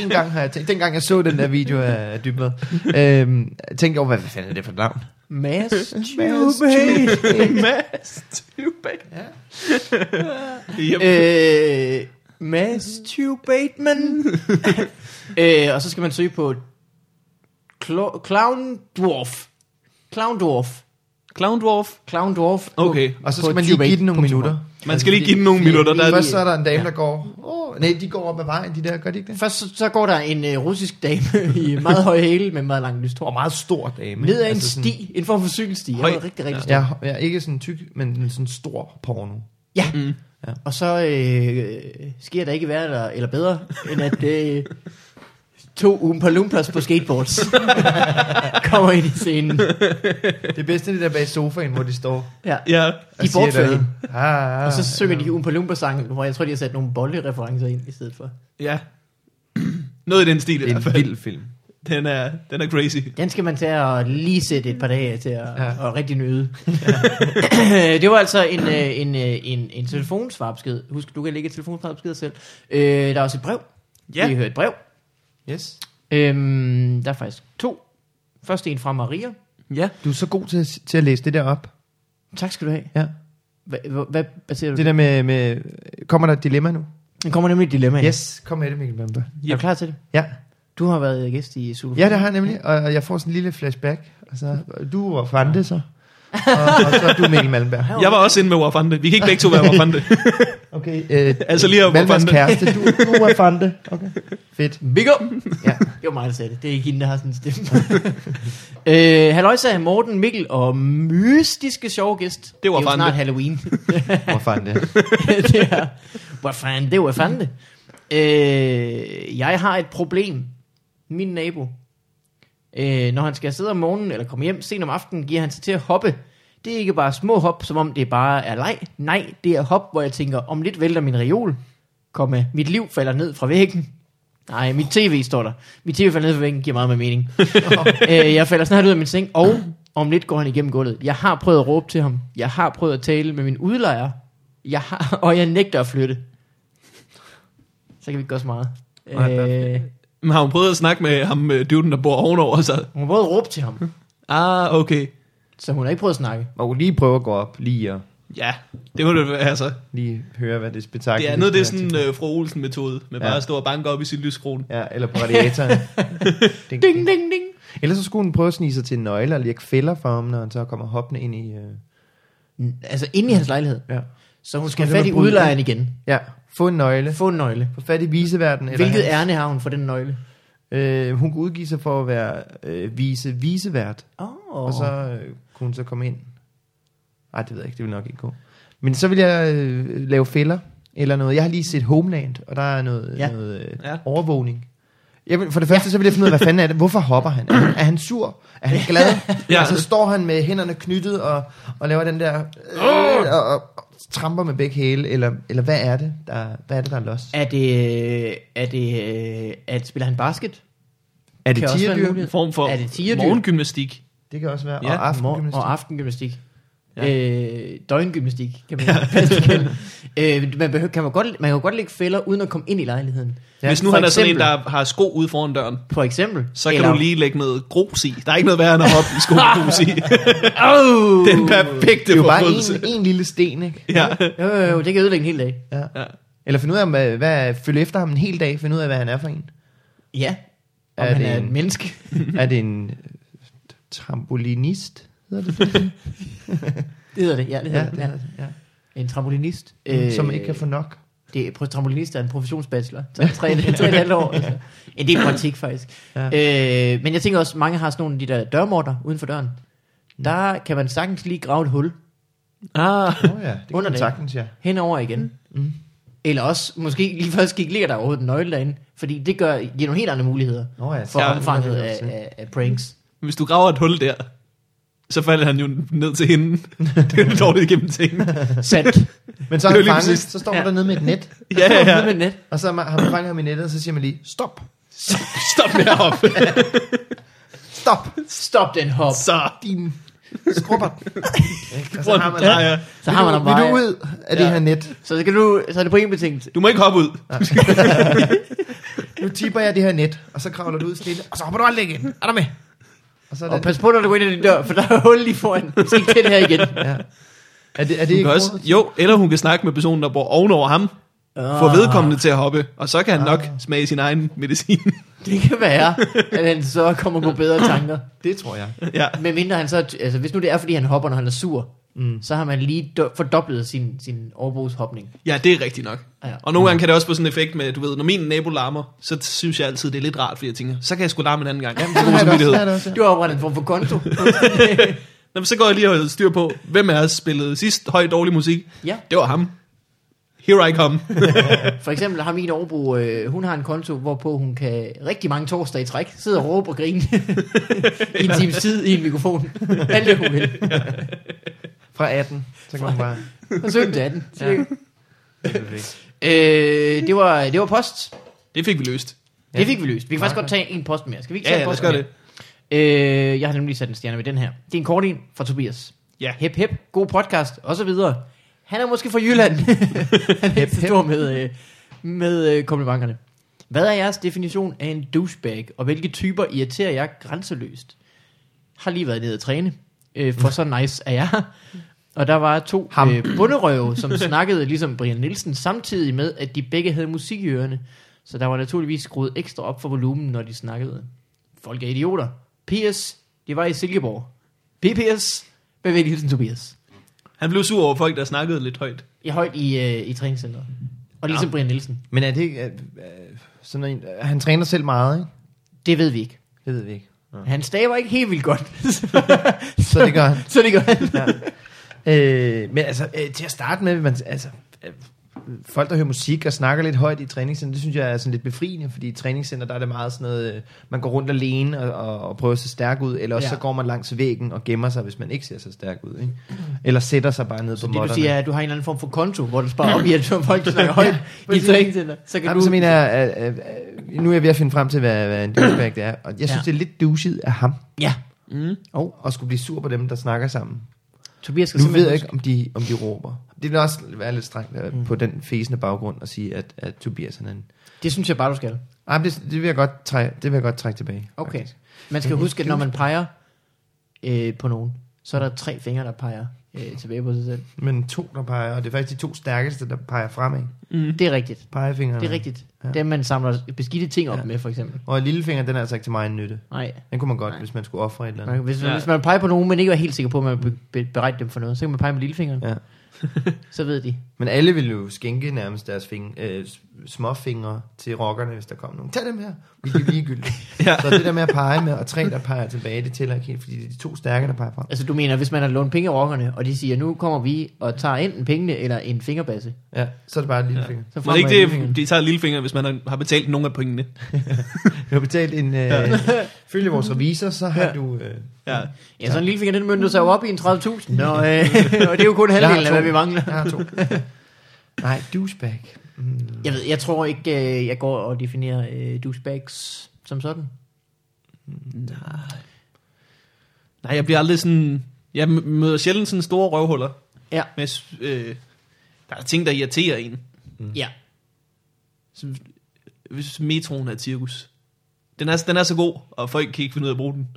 A: en gang har jeg tænkt, dengang jeg så den der video af, af Dybvad, øhm, jeg tænkte over, hvad, hvad fanden er det for et navn?
B: Mass Tube8.
C: Mads Tubak.
A: Ja.
C: Yep.
B: Øh, Matthew Bateman. øh, og så skal man søge på Clo- Clown Dwarf. Clown Dwarf.
C: Clown Dwarf.
B: Clown Dwarf. på-
C: Okay.
A: Og så
B: på
A: skal man lige give den nogle
B: tube8.com.
A: minutter.
C: Man skal lige give den nogle minutter. Der er
A: Først så er der en dame, der går, åh, nej, de går op ad vejen, de der, gør de ikke det?
B: Først så, så går der en øh, russisk dame i meget høje hæle med meget langt lyst hår.
A: Og meget stor dame.
B: Ned ad en
A: Altså sådan-
B: sti, en form for cykelsti. Jeg
C: Høj.
B: var rigtig, rigtig stor.
A: Ja, ja, ikke sådan tyk, men en sådan stor porno.
B: Ja. Mm. ja. Og så øh, sker der ikke værre eller, eller bedre, end at øh, to Oompa Loompas på skateboards kommer ind i scenen.
A: Det bedste er det der bag sofaen, hvor de står.
B: Ja.
C: Ja.
A: og siger
B: bortfører
A: et eller
B: hende.
A: andet. Ah, ah,
B: Og så synger de Oompa Loompa sangen, hvor jeg tror, de har sat nogle bollereferencer ind i stedet for.
C: Ja. Noget i den stil i
A: Det er
C: hvert
A: en
C: fald.
A: vild film.
C: Den er, den er crazy.
B: Den skal man tage og lige sætte et par dage til at, ja.
A: Ja.
B: og rigtig nyde. det var altså en, øh, en, øh, en, en telefonsvarbesked. Husk, du kan lægge et telefonsvarbesked selv. Øh, der er også et brev.
C: Ja.
B: Vi har et brev.
A: Yes.
B: Øhm, der er faktisk to. Først en fra Maria.
C: Ja.
A: Du er så god til, at- til at læse det der op.
B: Tak skal du have.
A: Ja.
B: Hva- hva- Hvad baserer du
A: Det der med, med kommer der et dilemma nu?
B: Den kommer nemlig et dilemma. ind.
A: Yes, kom med det, Mikkel Bamberg.
B: Er du klar til det?
A: Ja.
B: Du har været gæst i Zulu.
A: ja, det har jeg nemlig, og og jeg får sådan en lille flashback. Og så, du var Fante så. og, og så er du Mikkel Malmberg.
C: Jeg var også inde med Wafande. Vi kan ikke begge to være Wafande.
A: Okay, øh,
C: Altså lige om
A: Malmbergs
C: Fante.
A: kæreste, du, du er Fante. Okay. Fedt.
B: Big up!
A: Ja.
B: Det var mig, der sagde det. Det er ikke hende, der har sådan en stemme. øh, Halløjsa, Morten, Mikkel og mystiske sjove gæst.
C: Det var
B: det er jo
C: fandme.
B: snart Halloween.
A: Hvor Fante.
B: det er, hvor fanden, det var fanden det. Øh, jeg har et problem. Min nabo. Øh, når han skal sidde om morgenen eller komme hjem sent om aftenen, giver han sig til at hoppe. Det er ikke bare små hop, som om det bare er leg. Nej, det er hop, hvor jeg tænker, om lidt vælter min reol. Kom med, mit liv falder ned fra væggen. Nej, mit tv står der. Mit tv falder ned fra væggen, giver meget mere mening. øh, jeg falder snart ud af min seng, og om lidt går han igennem gulvet. Jeg har prøvet at råbe til ham. Jeg har prøvet at tale med min udlejer. Jeg har, og jeg nægter at flytte. Så kan vi ikke gøre så meget. Øh,
C: Men har hun prøvet at snakke med ham, øh, dyvden, der bor ovenover sig?
B: hun har prøvet at råbe til ham,
C: Ah, okay.
B: så hun har ikke prøvet at snakke.
A: Og hun lige prøve at gå op, lige og
C: Ja, det må det være så.
A: lige høre, hvad det spektakel
C: Det
A: skal
C: andet, det er
A: være
C: sådan
A: til.
C: øh, fru Olsen-metode, med
A: Ja.
C: bare at stå og banke op i sin lyskrone.
A: Ja, eller på radiatoren. ding,
B: Ding, ding, ding.
A: Ellers så skulle hun prøve at snige sig til en nøgle og lægge fælder for ham, når han så kommer hoppende ind i... Øh,
B: Altså inde i hans lejlighed.
A: ja.
B: Så hun
A: Skal
B: skal
A: hun
B: have fat i
A: have bryde
B: udlejeren igen.
A: ja, få en nøgle.
B: Få en nøgle.
A: Få fat i viseverdenen. Eller
B: Hvilket
A: hans-
B: ærne har hun for den nøgle?
A: Øh, hun kunne udgive sig for at være øh, vise visevært, oh.
B: Oh.
A: og så øh, kunne hun så komme ind. Nej, det ved jeg ikke, det vil nok ikke gå. Men så vil jeg øh, lave fælder eller noget. Jeg har lige set Homeland, og der er noget,
B: Ja.
A: ja. noget øh,
C: Ja.
A: ja. overvågning. Jeg vil, for det første, ja. så vil jeg finde ud af, hvad fanden er det? Hvorfor hopper han? Er han, er han sur? Er han glad?
C: Ja.
A: ja. Og så står han med hænderne knyttet og, og laver den der... Øh, og, og, og tramper med begge hæle, eller, eller hvad er det, der, hvad er det, der er los?
B: Er det, er det, øh, at spiller han basket?
A: Er det
B: kan også være en
A: tierdyr?
B: mulighed.
C: En form for
B: Er det tigerdyr?
C: morgengymnastik.
A: Det kan også være.
C: Ja,
A: og aftengymnastik.
B: Og aftengymnastik.
C: Ja.
B: Ja. Øh, døgngymnastik, kan man ja. øh, man, behøver, kan man, godt, man kan jo godt lægge fælder, uden at komme ind i lejligheden.
A: Ja,
C: Hvis nu
B: for
C: han er sådan en,
B: eksempel.
C: der har sko ude foran døren,
B: For eksempel.
C: så kan du lige lægge noget grus i. Der er ikke noget værre end at hoppe i skolegrus i.
B: Oh!
C: Den perfekte
A: Det er jo bare
C: forbrydelse.
A: en, en lille sten, ikke?
C: Ja.
B: Jo, jo, jo, det kan ødelægge en hel dag.
A: Ja.
C: ja.
A: Eller finde ud af, hvad, hvad, følge efter ham en hel dag, finde ud af, hvad han er for en.
B: Ja.
A: Er
B: Om er han
A: det
B: er
A: en-
B: et menneske.
A: er det en øh, trampolinist? Hedder det det?
B: Det hedder det, ja. Det hedder
A: ja,
B: ja, det.
A: det
B: Ja. Øh,
A: er, ja. Øh,
B: En trampolinist.
A: Som ikke kan få nok.
B: Det er, trampolinist er en professionsbachelor. Så tre, tre og et halvt år. Altså. En del praktik, faktisk.
A: Ja.
B: Øh, men jeg tænker også, mange har sådan nogle af de der dørmorter uden for døren. Der kan man sagtens lige grave et hul
C: Ah.
A: Åh oh, ja, det kan
B: Under
A: man
B: det.
A: sagtens, ja.
B: henover igen. Mm. Eller også, måske lige først kigge, ligger der overhovedet en nøgle derinde? Fordi det gør, giver nogle helt andre muligheder
A: Nå ja,
B: for
A: ja,
B: ja, omfanget
A: det er
B: af,
A: også det.
B: af, af, pranks.
C: Hvis du graver et hul der, så falder han jo ned til hende. Det er jo dårligt gennem ting.
B: Sandt.
A: Men så er
C: Det er
A: han
C: jo lige
A: fanget,
C: præcis.
A: så står han
B: Ja.
A: dernede med et net,
C: Ja, ja,
B: Ned
C: ja.
B: Med net.
A: og så har man- har man fanget ham i nettet, og så siger man lige, stop,
C: Stop med at hoppe.
A: stop,
B: Stop den hop.
C: Så.
A: din skrubber. og så
C: Rundt.
A: har man
C: Ja, ja.
B: Så har man ham
A: vil du
B: bare.
A: ud af det
C: Ja.
A: her net?
B: Så, skal du, så er det på en betinget.
C: Du må ikke hoppe ud.
A: Nu tipper jeg det her net, og så kravler du ud stille, og så hopper du aldrig igen. Er du med? Og så er,
B: Og
A: det,
B: pas på, når du går ind i din dør, for der er hul lige foran. Vi skal ikke til det her igen.
A: ja. er det, er det
C: Hun
A: ikke
C: kan også,
A: rådet?
C: jo, eller hun kan snakke med personen, der bor ovenover ham. Få
A: Ah.
C: vedkommende til at hoppe, og så kan han nok smage sin egen medicin.
B: Ah, Det kan være, at han så kommer på bedre tanker.
A: Det tror jeg.
C: ja.
B: Men mindre han så, altså hvis nu det er, fordi han hopper, når han er sur, mm. så har man lige do- fordoblet sin, sin overbrugshopning.
C: ja, det er rigtigt nok.
B: Ja.
C: Og nogle gange kan det også få sådan en effekt med, du ved, når min nabo larmer, så synes jeg altid, det er lidt rart, fordi jeg tænker, så kan jeg sgu larme en anden gang. Jamen, det er
A: Sådan er
C: god
A: det også,
C: samvittighed.
A: sådan er det også, ja.
B: Du har oprettet en form for konto.
C: Nå, men så går jeg lige og holder styr på, hvem af os spillede sidst høj dårlig musik.
B: ja,
C: Det var ham. Here I come.
B: for eksempel har min overbrug, øh, hun har en konto, hvorpå hun kan rigtig mange torsdage i træk sidde og råbe og grine i en times tid i en mikrofon. Alt det hun vil.
A: Fra 18, så kan man bare...
B: Fra 17 til 18. Ja.
A: Det er perfekt.
B: Øh, det, var, det var post.
C: det fik vi løst.
B: Ja. Det fik vi løst. Vi kan faktisk godt tage en post mere. Skal vi ikke tage
C: Ja, ja,
B: en
C: lad os
B: post
C: gøre
B: mere?
C: det.
B: Øh, jeg har nemlig sat en stjerne med den her. Det er en kort en fra Tobias.
C: Ja.
B: Hep, hep, god podcast, og så videre. Han er måske fra Jylland. Han er ikke så stor med, øh, med øh, komplimenterne. Hvad er jeres definition af en douchebag, og hvilke typer irriterer jer grænseløst? Har lige været nede at træne, øh, for så nice er jeg. Og der var to
A: Ham.
B: øh, bunderøve, som snakkede ligesom Brian Nielsen, samtidig med, at de begge havde musik i ørerne. Så der var naturligvis skruet ekstra op for volumen, når de snakkede. Folk er idioter. P.S. Det var i Silkeborg. P.P.S. Bevæg hilsen Tobias.
C: Han blev sur over folk, der snakkede lidt højt.
B: I højt i, øh, i træningscenteret. Og ligesom ja. Brian Nielsen.
A: Men er det ikke... Er, er, sådan en, øh, han træner selv meget, ikke?
B: Det ved vi ikke.
A: Det ved vi ikke. Ja.
B: Han staver ikke helt vildt godt. så,
A: Så det gør han.
B: Så det gør han.
A: Ja. øh, men altså, øh, til at starte med, man, altså, øh, folk, der hører musik og snakker lidt højt i træningscenter, det synes jeg er sådan lidt befriende, fordi i træningscenter, der er det meget sådan noget, øh, man går rundt alene og, og, og prøver at se stærk ud, eller også
B: Ja.
A: ja. så går man langs væggen og gemmer sig, hvis man ikke ser så stærk ud, ikke? Eller sætter sig bare ned på
B: Det
A: måtterne.
B: du siger, er, at du har en eller anden form for konto, hvor du sparer op i, at du folk der snakker højt i
A: præcis.
B: træningscenter. Så kan
A: Jamen,
B: du...
A: så mener jeg, at, at, at, nu er jeg ved at finde frem til, hvad, hvad en douchebag det er, og jeg synes,
B: Ja.
A: det er lidt douchet af ham,
B: Ja.
A: at skulle blive sur på dem, der snakker sammen.
B: Tobias skal
A: Nu
B: simpelthen
A: ved jeg ikke, om de, om de råber. Det vil også være lidt strengt mm. på den fæsende baggrund at sige, at, at Tobias han er en...
B: Det synes jeg bare, du skal.
A: Ej, men det, det, vil jeg godt træ, det vil jeg godt trække tilbage.
B: Okay. Man skal huske, at når man peger øh, på nogen, så er der tre fingre, der peger øh, tilbage på sig selv.
A: Men to, der peger, og det er faktisk de to stærkeste, der peger fremad.
B: Det er rigtigt.
A: Pegefingrene.
B: Det er rigtigt.
A: Mm. Ja.
B: Dem, man samler beskidte ting op
A: Ja.
B: med, for eksempel.
A: Og lillefinger, den er altså ikke til mig en nytte.
B: Nej.
A: Den kunne man godt,
B: Nej.
A: Nej. hvis man skulle ofre et eller andet.
B: Man, hvis,
C: Ja.
B: ja. hvis man peger på nogen, men ikke er helt sikker på, at man be- be- beretter dem for noget, så kan man pege med lillefingeren.
A: Ja.
B: Så ved de.
A: Men alle ville jo skænke nærmest deres fing, øh, s- småfingre til rockerne, hvis der kom nogen. Tag dem her, vi er ligegyldige.
C: Ja.
A: ja. Så det der med at pege med, og tre, der peger tilbage, det tæller ikke helt, fordi det er de to stærke, der peger frem.
B: Altså du mener, hvis man har lånt penge af rockerne, og de siger, nu kommer vi og tager enten pengene eller en fingerbasse.
A: Ja, så er det bare en lillefinger. Ja.
B: Så
C: Var
B: får
C: det
B: man
C: ikke
B: lillefingeren.
C: det, de tager lillefinger, hvis man har- har betalt nogle af pengene?
A: Du har betalt en... Øh, følge vores revisor, så har du... Øh,
C: Ja.
B: Ja, sådan en lillefinger, den mønter sig jo op i en 30.000. Nå, øh, og det er jo kun
A: jeg har
B: halvdelen af,
A: to.
B: hvad vi mangler.
A: Jeg har to. Nej, douchebag. Mm,
B: Jeg ved, jeg tror ikke, øh, jeg går og definerer øh, douchebags som sådan.
C: Nej, jeg bliver aldrig sådan... Jeg m- møder sjældent sådan store røvhuller.
B: Ja.
C: Men jeg s- øh, der er ting, der irriterer en.
B: Ja.
C: Så, hvis metroen er et cirkus. Den er, den er så god, og folk kan ikke finde ud af at bruge den.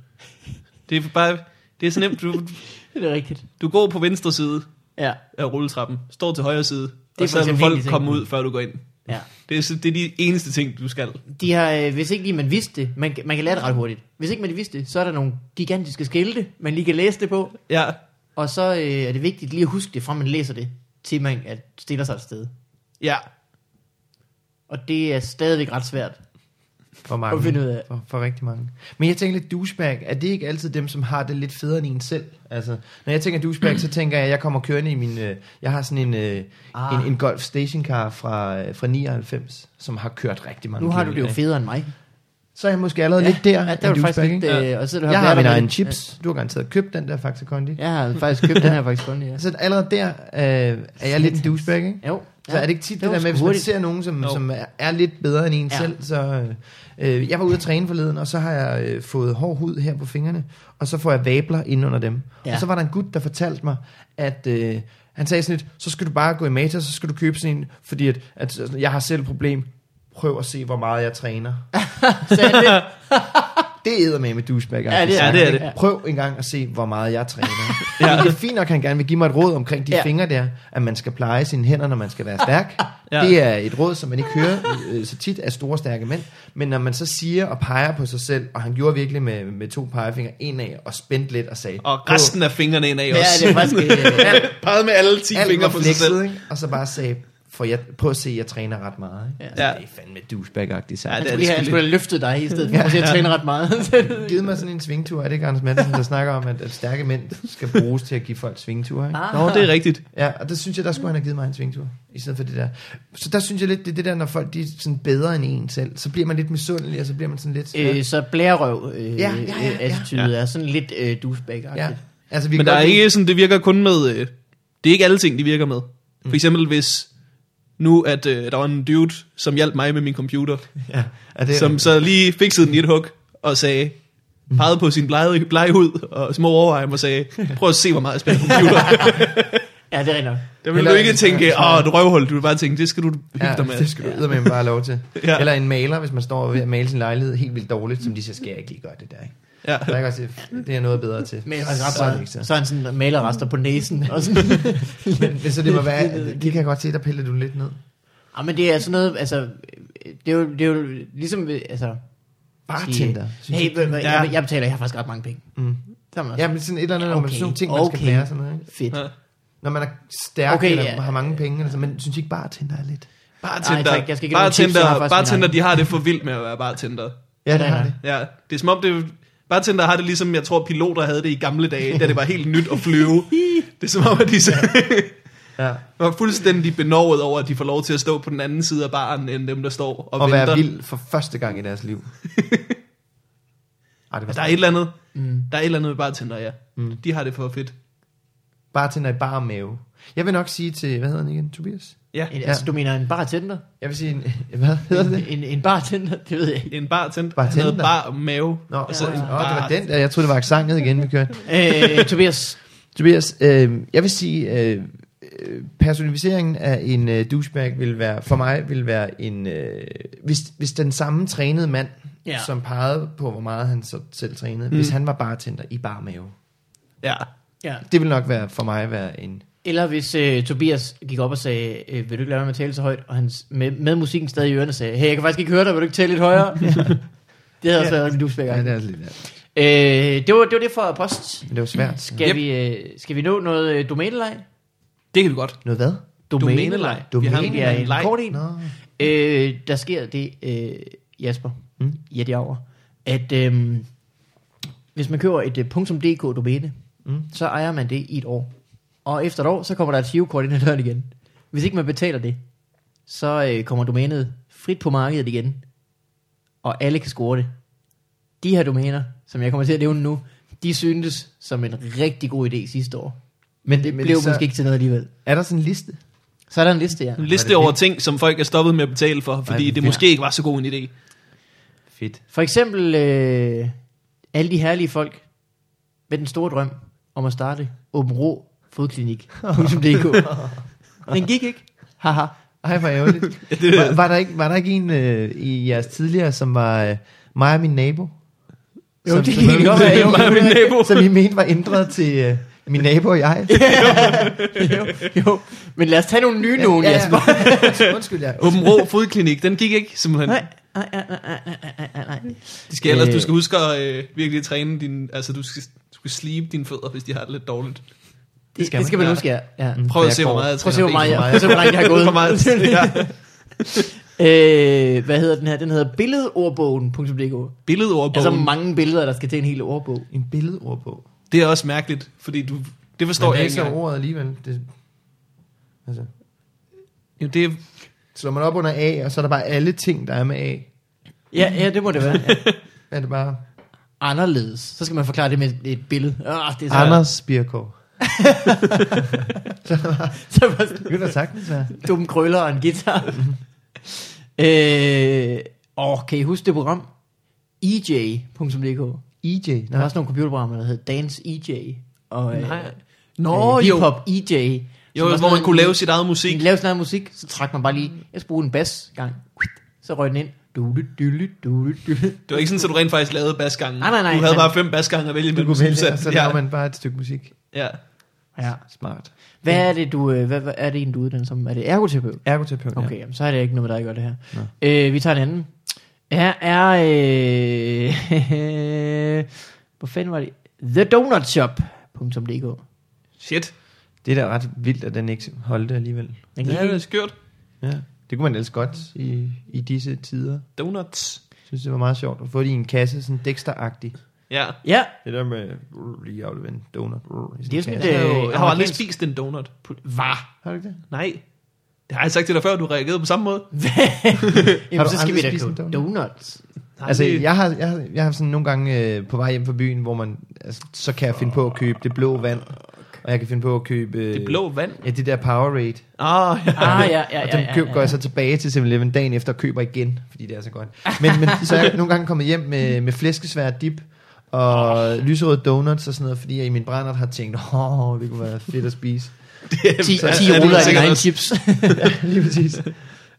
C: Det er bare... Det er så nemt. Du,
B: Det er rigtigt.
C: du går på venstre side
B: Ja.
C: af rulletrappen, står til højre side, det
B: for
C: og så vil
B: eksempel en af
C: folk
B: de ting.
C: komme ud, før du går ind.
B: ja.
C: Det er, så- det er de eneste ting, du skal.
B: De har, øh, hvis ikke lige man vidste det, man, man kan lære det ret hurtigt. Hvis ikke man vidste det, så er der nogle gigantiske skilte, man lige kan læse det på.
C: Ja,
B: Og så øh, er det vigtigt lige at huske det, fra man læser det, til man at stiller sig et sted.
C: ja.
B: Og det er stadigvæk ret svært.
A: for mange.
B: At finde ud af.
A: For, for rigtig mange. Men jeg tænker lidt douchebag. Er det ikke altid dem, som har det lidt federe end en selv? Altså, når jeg tænker douchebag, så tænker jeg, at jeg kommer kørende i min... Øh, jeg har sådan en, øh,
B: Ah.
A: ah. en, en Golf stationcar fra, øh, fra 99, som har kørt rigtig mange
B: Nu har du det jo
A: kilometer.
B: federe end mig.
A: Så er jeg måske allerede ja, lidt der.
B: Ja,
A: af
B: der er du faktisk
A: douchebag,
B: lidt...
A: ikke?
B: Øh, og så
A: Jeg har min egen chips. Du har garanteret købt den der Faxe Kondi. Ja.
B: Jeg har faktisk købt den her faktisk kun, ja.
A: Så allerede der øh, er jeg lidt en douchebag, ikke?
B: Jo.
A: Ja. Så er det ikke tit det,
B: var
A: der med,
B: sgu
A: hvis man
B: hurtigt.
A: ser nogen, som,
C: Jo.
A: som er, er lidt bedre end en
B: Ja.
A: ja. selv, så... øh, Øh, jeg var ude at træne forleden, og så har jeg øh, fået hård hud her på fingrene, og så får jeg vabler ind under dem.
B: Ja.
A: Ja. Og så var der en gut, der fortalte mig, at... Øh, han sagde sådan lidt, så skal du bare gå i Matas, så skal du købe sådan en, fordi at, at jeg har selv et problem. Prøv at se, hvor meget jeg træner.
B: Sagde han det?
A: Det æder med med douchebag.
B: Ja, det er
C: Ja, det er det.
A: Prøv en gang at se, hvor meget jeg træner. ja. Det er fint nok, at han gerne vil give mig et råd omkring de
B: Ja.
A: ja. fingre der, at man skal pleje sine hænder, når man skal være stærk.
C: Ja.
A: ja. Det er et råd, som man ikke hører øh, så tit af store, stærke mænd. Men når man så siger og peger på sig selv, og han gjorde virkelig med, med to pegefingre en af og spændte lidt og sagde,
C: Og resten af fingrene ind af
B: Ja,
C: også.
B: det er faktisk... Øh,
C: Peget med alle 10
A: alt
C: fingre
A: var
C: på sig selv.
A: flexet, ikke? og så bare sagde, for jeg, prøv at se, jeg træner ret meget. Ikke?
B: Ja.
A: Ja. Altså, det er fandme douchebag-agtigt sagt.
C: Ja,
A: Ja,
B: han
C: det
B: skulle lige
C: er
B: have, han
C: sgu
B: skulle have løftet dig i stedet for, at jeg træner ret meget.
A: det givet Altså, mig sådan en svingtur, er det ikke Anders Madsen, der snakker om, at, at stærke mænd skal bruges til at give folk svingture? Ikke?
C: Nå, det er rigtigt.
A: Ja, og der synes jeg, der skulle han have givet mig en svingtur, i stedet for det der. Så der synes jeg lidt, det er det der, når folk de er sådan bedre end en selv, så bliver man lidt misundelig, og så bliver man sådan lidt...
B: øh, så blærerøv øh, ja,
A: Ja,
B: ja,
A: ja, ja, ja.
B: attitude er sådan lidt øh, douchebag
A: ja.
B: ja.
A: Altså, vi
C: Men
A: kan
C: der er
A: godt lide-
C: ikke sådan, det virker kun med, øh, det er ikke alle ting, de virker med.
B: Mm.
C: For eksempel hvis nu, at øh, der var en dude, som hjalp mig med min computer,
A: Ja, er det,
C: som
A: som,
C: så lige fikset den i et hug og sagde,
B: Mm.
C: pegede på sin blege, blege hud og små overarm og sagde, prøv at se, hvor meget jeg spiller på computer.
B: ja, det er rigtigt nok.
C: Der ville
A: Eller
C: du ikke
A: en-
C: tænke, åh, et røvhul, du ville bare tænke, det skal du hygge
A: ja,
C: dig med.
A: det skal du med bare have lov til.
C: Ja.
A: ja. Eller en maler, hvis man står ved at male sin lejlighed helt vildt dårligt, som de siger, skal jeg ikke lige gøre det der, ikke?
C: Ja.
A: Så jeg kan godt sige, det er noget bedre til.
B: Men altså,
A: så er det ikke
B: så,
A: så.
B: så er han sådan malerrester på næsen. Og sådan.
A: Men, så det må være, det kan jeg godt se, der piller du lidt ned.
B: ja, men det er sådan noget, altså, øh, det er jo, det er jo ligesom, øh, altså...
A: Bartender.
B: Sige, hey, jeg, jeg, jeg betaler, jeg har faktisk ret mange penge. Mm. Sammen.
A: Ja, men sådan et eller andet, okay. når man
B: Okay,
A: sådan nogle ting, man okay.
B: okay.
A: skal lære og sådan noget. Ikke?
B: Fedt.
C: Ja.
A: Når man er stærk
B: Okay,
A: okay, eller
B: ja.
A: ja. har mange penge, eller sådan, men synes I ikke bare, at Tinder er lidt...
C: Bartender,
B: Nej, tak, jeg skal ikke have nogen tips, jeg har
C: bartender,
B: faktisk min
C: bartender,
B: egen.
C: de har det for vildt med at være bartender.
A: Ja, det
B: Hvordan
A: har
B: er
A: det.
C: Ja, det er som om det... Bartender har det ligesom, jeg tror, piloter havde det i gamle dage, da det var helt nyt at flyve. Det er som om, at de så,
A: Ja.
C: var fuldstændig benovet over, at de får lov til at stå på den anden side af baren, end dem, der står og,
A: Og
C: venter.
A: være vild for første gang i deres liv. Ej, det var
C: Altså, Der er et eller andet, mm. der er et eller andet med bartender, ja. Mm. De har det for fedt.
A: bartender i bar mave. Jeg vil nok sige til, hvad hedder han igen, Tobias?
C: Ja,
B: En, altså, du mener en bartender?
A: Jeg vil sige, en, hvad hedder det?
B: En, en bartender? Det ved jeg ikke.
C: en bartender.
A: Bartender.
C: Han havde bar og mave.
A: Nå, ja,
C: altså,
A: åh,
C: en
A: det var
C: bar-
A: den der. Jeg troede, det var aksanget igen, vi kørte.
B: Øh, Tobias,
A: Tobias, øh, jeg vil sige, øh, øh, personificeringen af en øh, douchebag vil være, for mig vil være en, øh, hvis, hvis den samme trænede mand,
B: Ja.
A: ja. som pegede på, hvor meget han så selv trænede, mm. hvis han var bartender i bar mave.
C: Ja.
B: ja.
A: Det vil nok være, for mig være en...
B: eller hvis øh, Tobias gik op og sagde, øh, vil du ikke lade være med at tale så højt, og han med, med musikken stadig i ørerne sagde, hey, jeg kan faktisk ikke høre dig, vil du ikke tale lidt højere? det havde også været en douchebag.
A: Ja, det er altså lidt værd.
B: Øh, det, var, det var det for post.
A: Men det var svært.
B: Skal, yep.
C: Yep.
B: vi, øh, skal vi nå noget øh, domæneleg?
C: Det kan vi godt.
A: Noget hvad?
C: Domæneleg. Vi har en-
B: Domæneleg er en
C: leg.
B: kort en.
A: Nå.
B: Øh, der sker det, øh, Jasper, mm? ja, det er over, at øh, hvis man køber et øh, .dk-domæne, mm? så ejer man det i et år. Og efter et år, så kommer der et girokort ind ad døren igen. Hvis ikke man betaler det, så øh, kommer domænet frit på markedet igen, og alle kan score det. De her domæner, som jeg kommer til at nævne nu, de syntes som en rigtig god idé sidste år. Men det
A: Men
B: blev
A: så-
B: måske ikke til noget alligevel.
A: Er der sådan en liste?
B: Så er der en liste, ja.
C: En liste
A: Var det
C: over ting, som folk er stoppet med at betale for, fordi
A: hvor
C: det
A: fedt.
C: måske ikke var så god en idé.
A: Fedt.
B: For eksempel øh, alle de herlige folk med den store drøm om at starte Åben Rå Fodklinik.dk. Den gik ikke. Haha.
A: Ej, hvor ærgerligt. var, var, der ikke, var der ikke en øh, i jeres tidligere, som var øh, mig og min nabo?
B: Jo, det kan godt være, jo.
C: Mig og min nabo.
A: Som I mente var ændret til øh, min nabo og jeg.
B: jo, jo. Men lad os tage nogle nye nogen, Jasper.
A: Undskyld, ja.
C: Åben Rå Fodklinik, den gik ikke, simpelthen.
B: Nej, nej, nej, nej, nej, nej, nej, nej.
C: Det skal ellers,
B: Øh.
C: du skal huske at øh, virkelig træne din, altså du skal, du skal slibe dine fødder, hvis de har det lidt dårligt.
B: Det, det skal man huske, ja. ja.
C: Prøv at se, hvor
A: Backboard.
C: meget jeg
B: Prøv at se,
C: træner
B: hvor meget jeg,
C: ben.
B: prøv at se, hvor langt jeg har gået.
C: Hvor meget, ja.
B: øh, hvad hedder den her? Den hedder billedordbogen.dk.
C: Billedordbogen,
B: Altså mange billeder, der skal til en hel ordbog.
A: En billedord på.
C: det er også mærkeligt, fordi du, det forstår
A: Man
C: jeg ikke
A: læser
C: engang.
A: ordet alligevel. Det, altså,
C: Jo, det er,
A: slår man op under A, og så er der bare alle ting, der er med A.
B: Ja, ja, det må det være. Ja.
A: Er det bare
B: anderledes. Så skal man forklare det med et- et billede. Arh, det er så,
A: Anders Birkov.
B: så var sådan
A: Det kan da sagtens være.
B: en dum krøller og en guitar. øh, og kan I huske det program? E EJ.dk
A: EJ.
C: E
B: Der var
A: Nej,
B: også nogle computerprogrammer, der hed Dance EJ. Og, øh,
C: Nej. E
B: Nå, øh, hip-hop EJ. som var
C: jo,
B: sådan
C: hvor man
B: noget-
C: kunne lave sit eget musik. Mm.
B: Man lavede sådan noget musik, så trak man bare lige, jeg skulle bruge en bas gang. Så røg den ind. Du, du, du, du, du, du.
C: Det var ikke sådan, at du rent faktisk lavede basgangen.
B: Nej, nej, nej.
C: Du havde
B: Men-
C: bare fem basgange at vælge
A: du
C: imellem.
A: kunne
C: som
A: vælge, og
C: sat-
A: så laver man bare et stykke musik.
C: ja.
B: Ja.
A: Smart.
B: Hvad er det, du, øh, hvad, hvad er det en, du uddanner som? Er det ergoterapeut?
A: Ergoterapeut.
B: Okay, jamen, så er det ikke noget med dig at gøre det her. Øh, vi tager en anden. Her er... Øh, hvor fanden var det? TheDonutShop.dk
C: Shit.
A: Det er da ret vildt, at den ikke holdt det alligevel.
B: Den
C: Ja,
B: gik
C: det
B: ikke.
C: er skørt.
A: Ja. Det kunne man ellers godt i, i disse tider.
C: Donuts.
A: Jeg synes, det var meget sjovt at få det i en kasse, sådan Dexter-agtig.
C: Ja.
B: Ja,
A: Det der med uh, lige aflevere en donut. Uh, i sådan
B: Det er
A: en kasse.
B: sådan lidt,
C: Jeg har jo- jeg har jo aldrig
B: amerikansk-
C: spist en donut. Var.
A: Har du ikke det?
C: Nej. Det har jeg sagt til dig før, du reagerede på samme måde.
B: jamen, så skal
A: aldrig
B: vi da
A: spist en
B: købe
A: donut?
B: donuts.
C: Nej,
A: altså,
C: det-
A: jeg har, jeg, har, jeg har sådan nogle gange øh, på vej hjem fra byen, hvor man, altså, så kan jeg finde på at købe det blå vand, og jeg kan finde på at købe... Øh,
C: Det blå vand.
A: Ja, det der Powerade.
C: Ah, ja.
B: Ah, ja, ja,
A: Og
B: ja,
A: dem
B: ja,
A: køb, går
B: ja,
A: jeg så tilbage til 7-Eleven dagen efter og køber igen, fordi det er så godt. Men, men så er jeg nogle gange kommet hjem med, med flæskesvær dip og lyserøde donuts og sådan noget, fordi jeg i min brændert har tænkt, åh, oh, det kunne være fedt at spise.
B: 10, 10
C: Ja, det er
B: ruller af
C: sikkert
B: dine egne
C: også.
B: chips.
A: ja, lige præcis.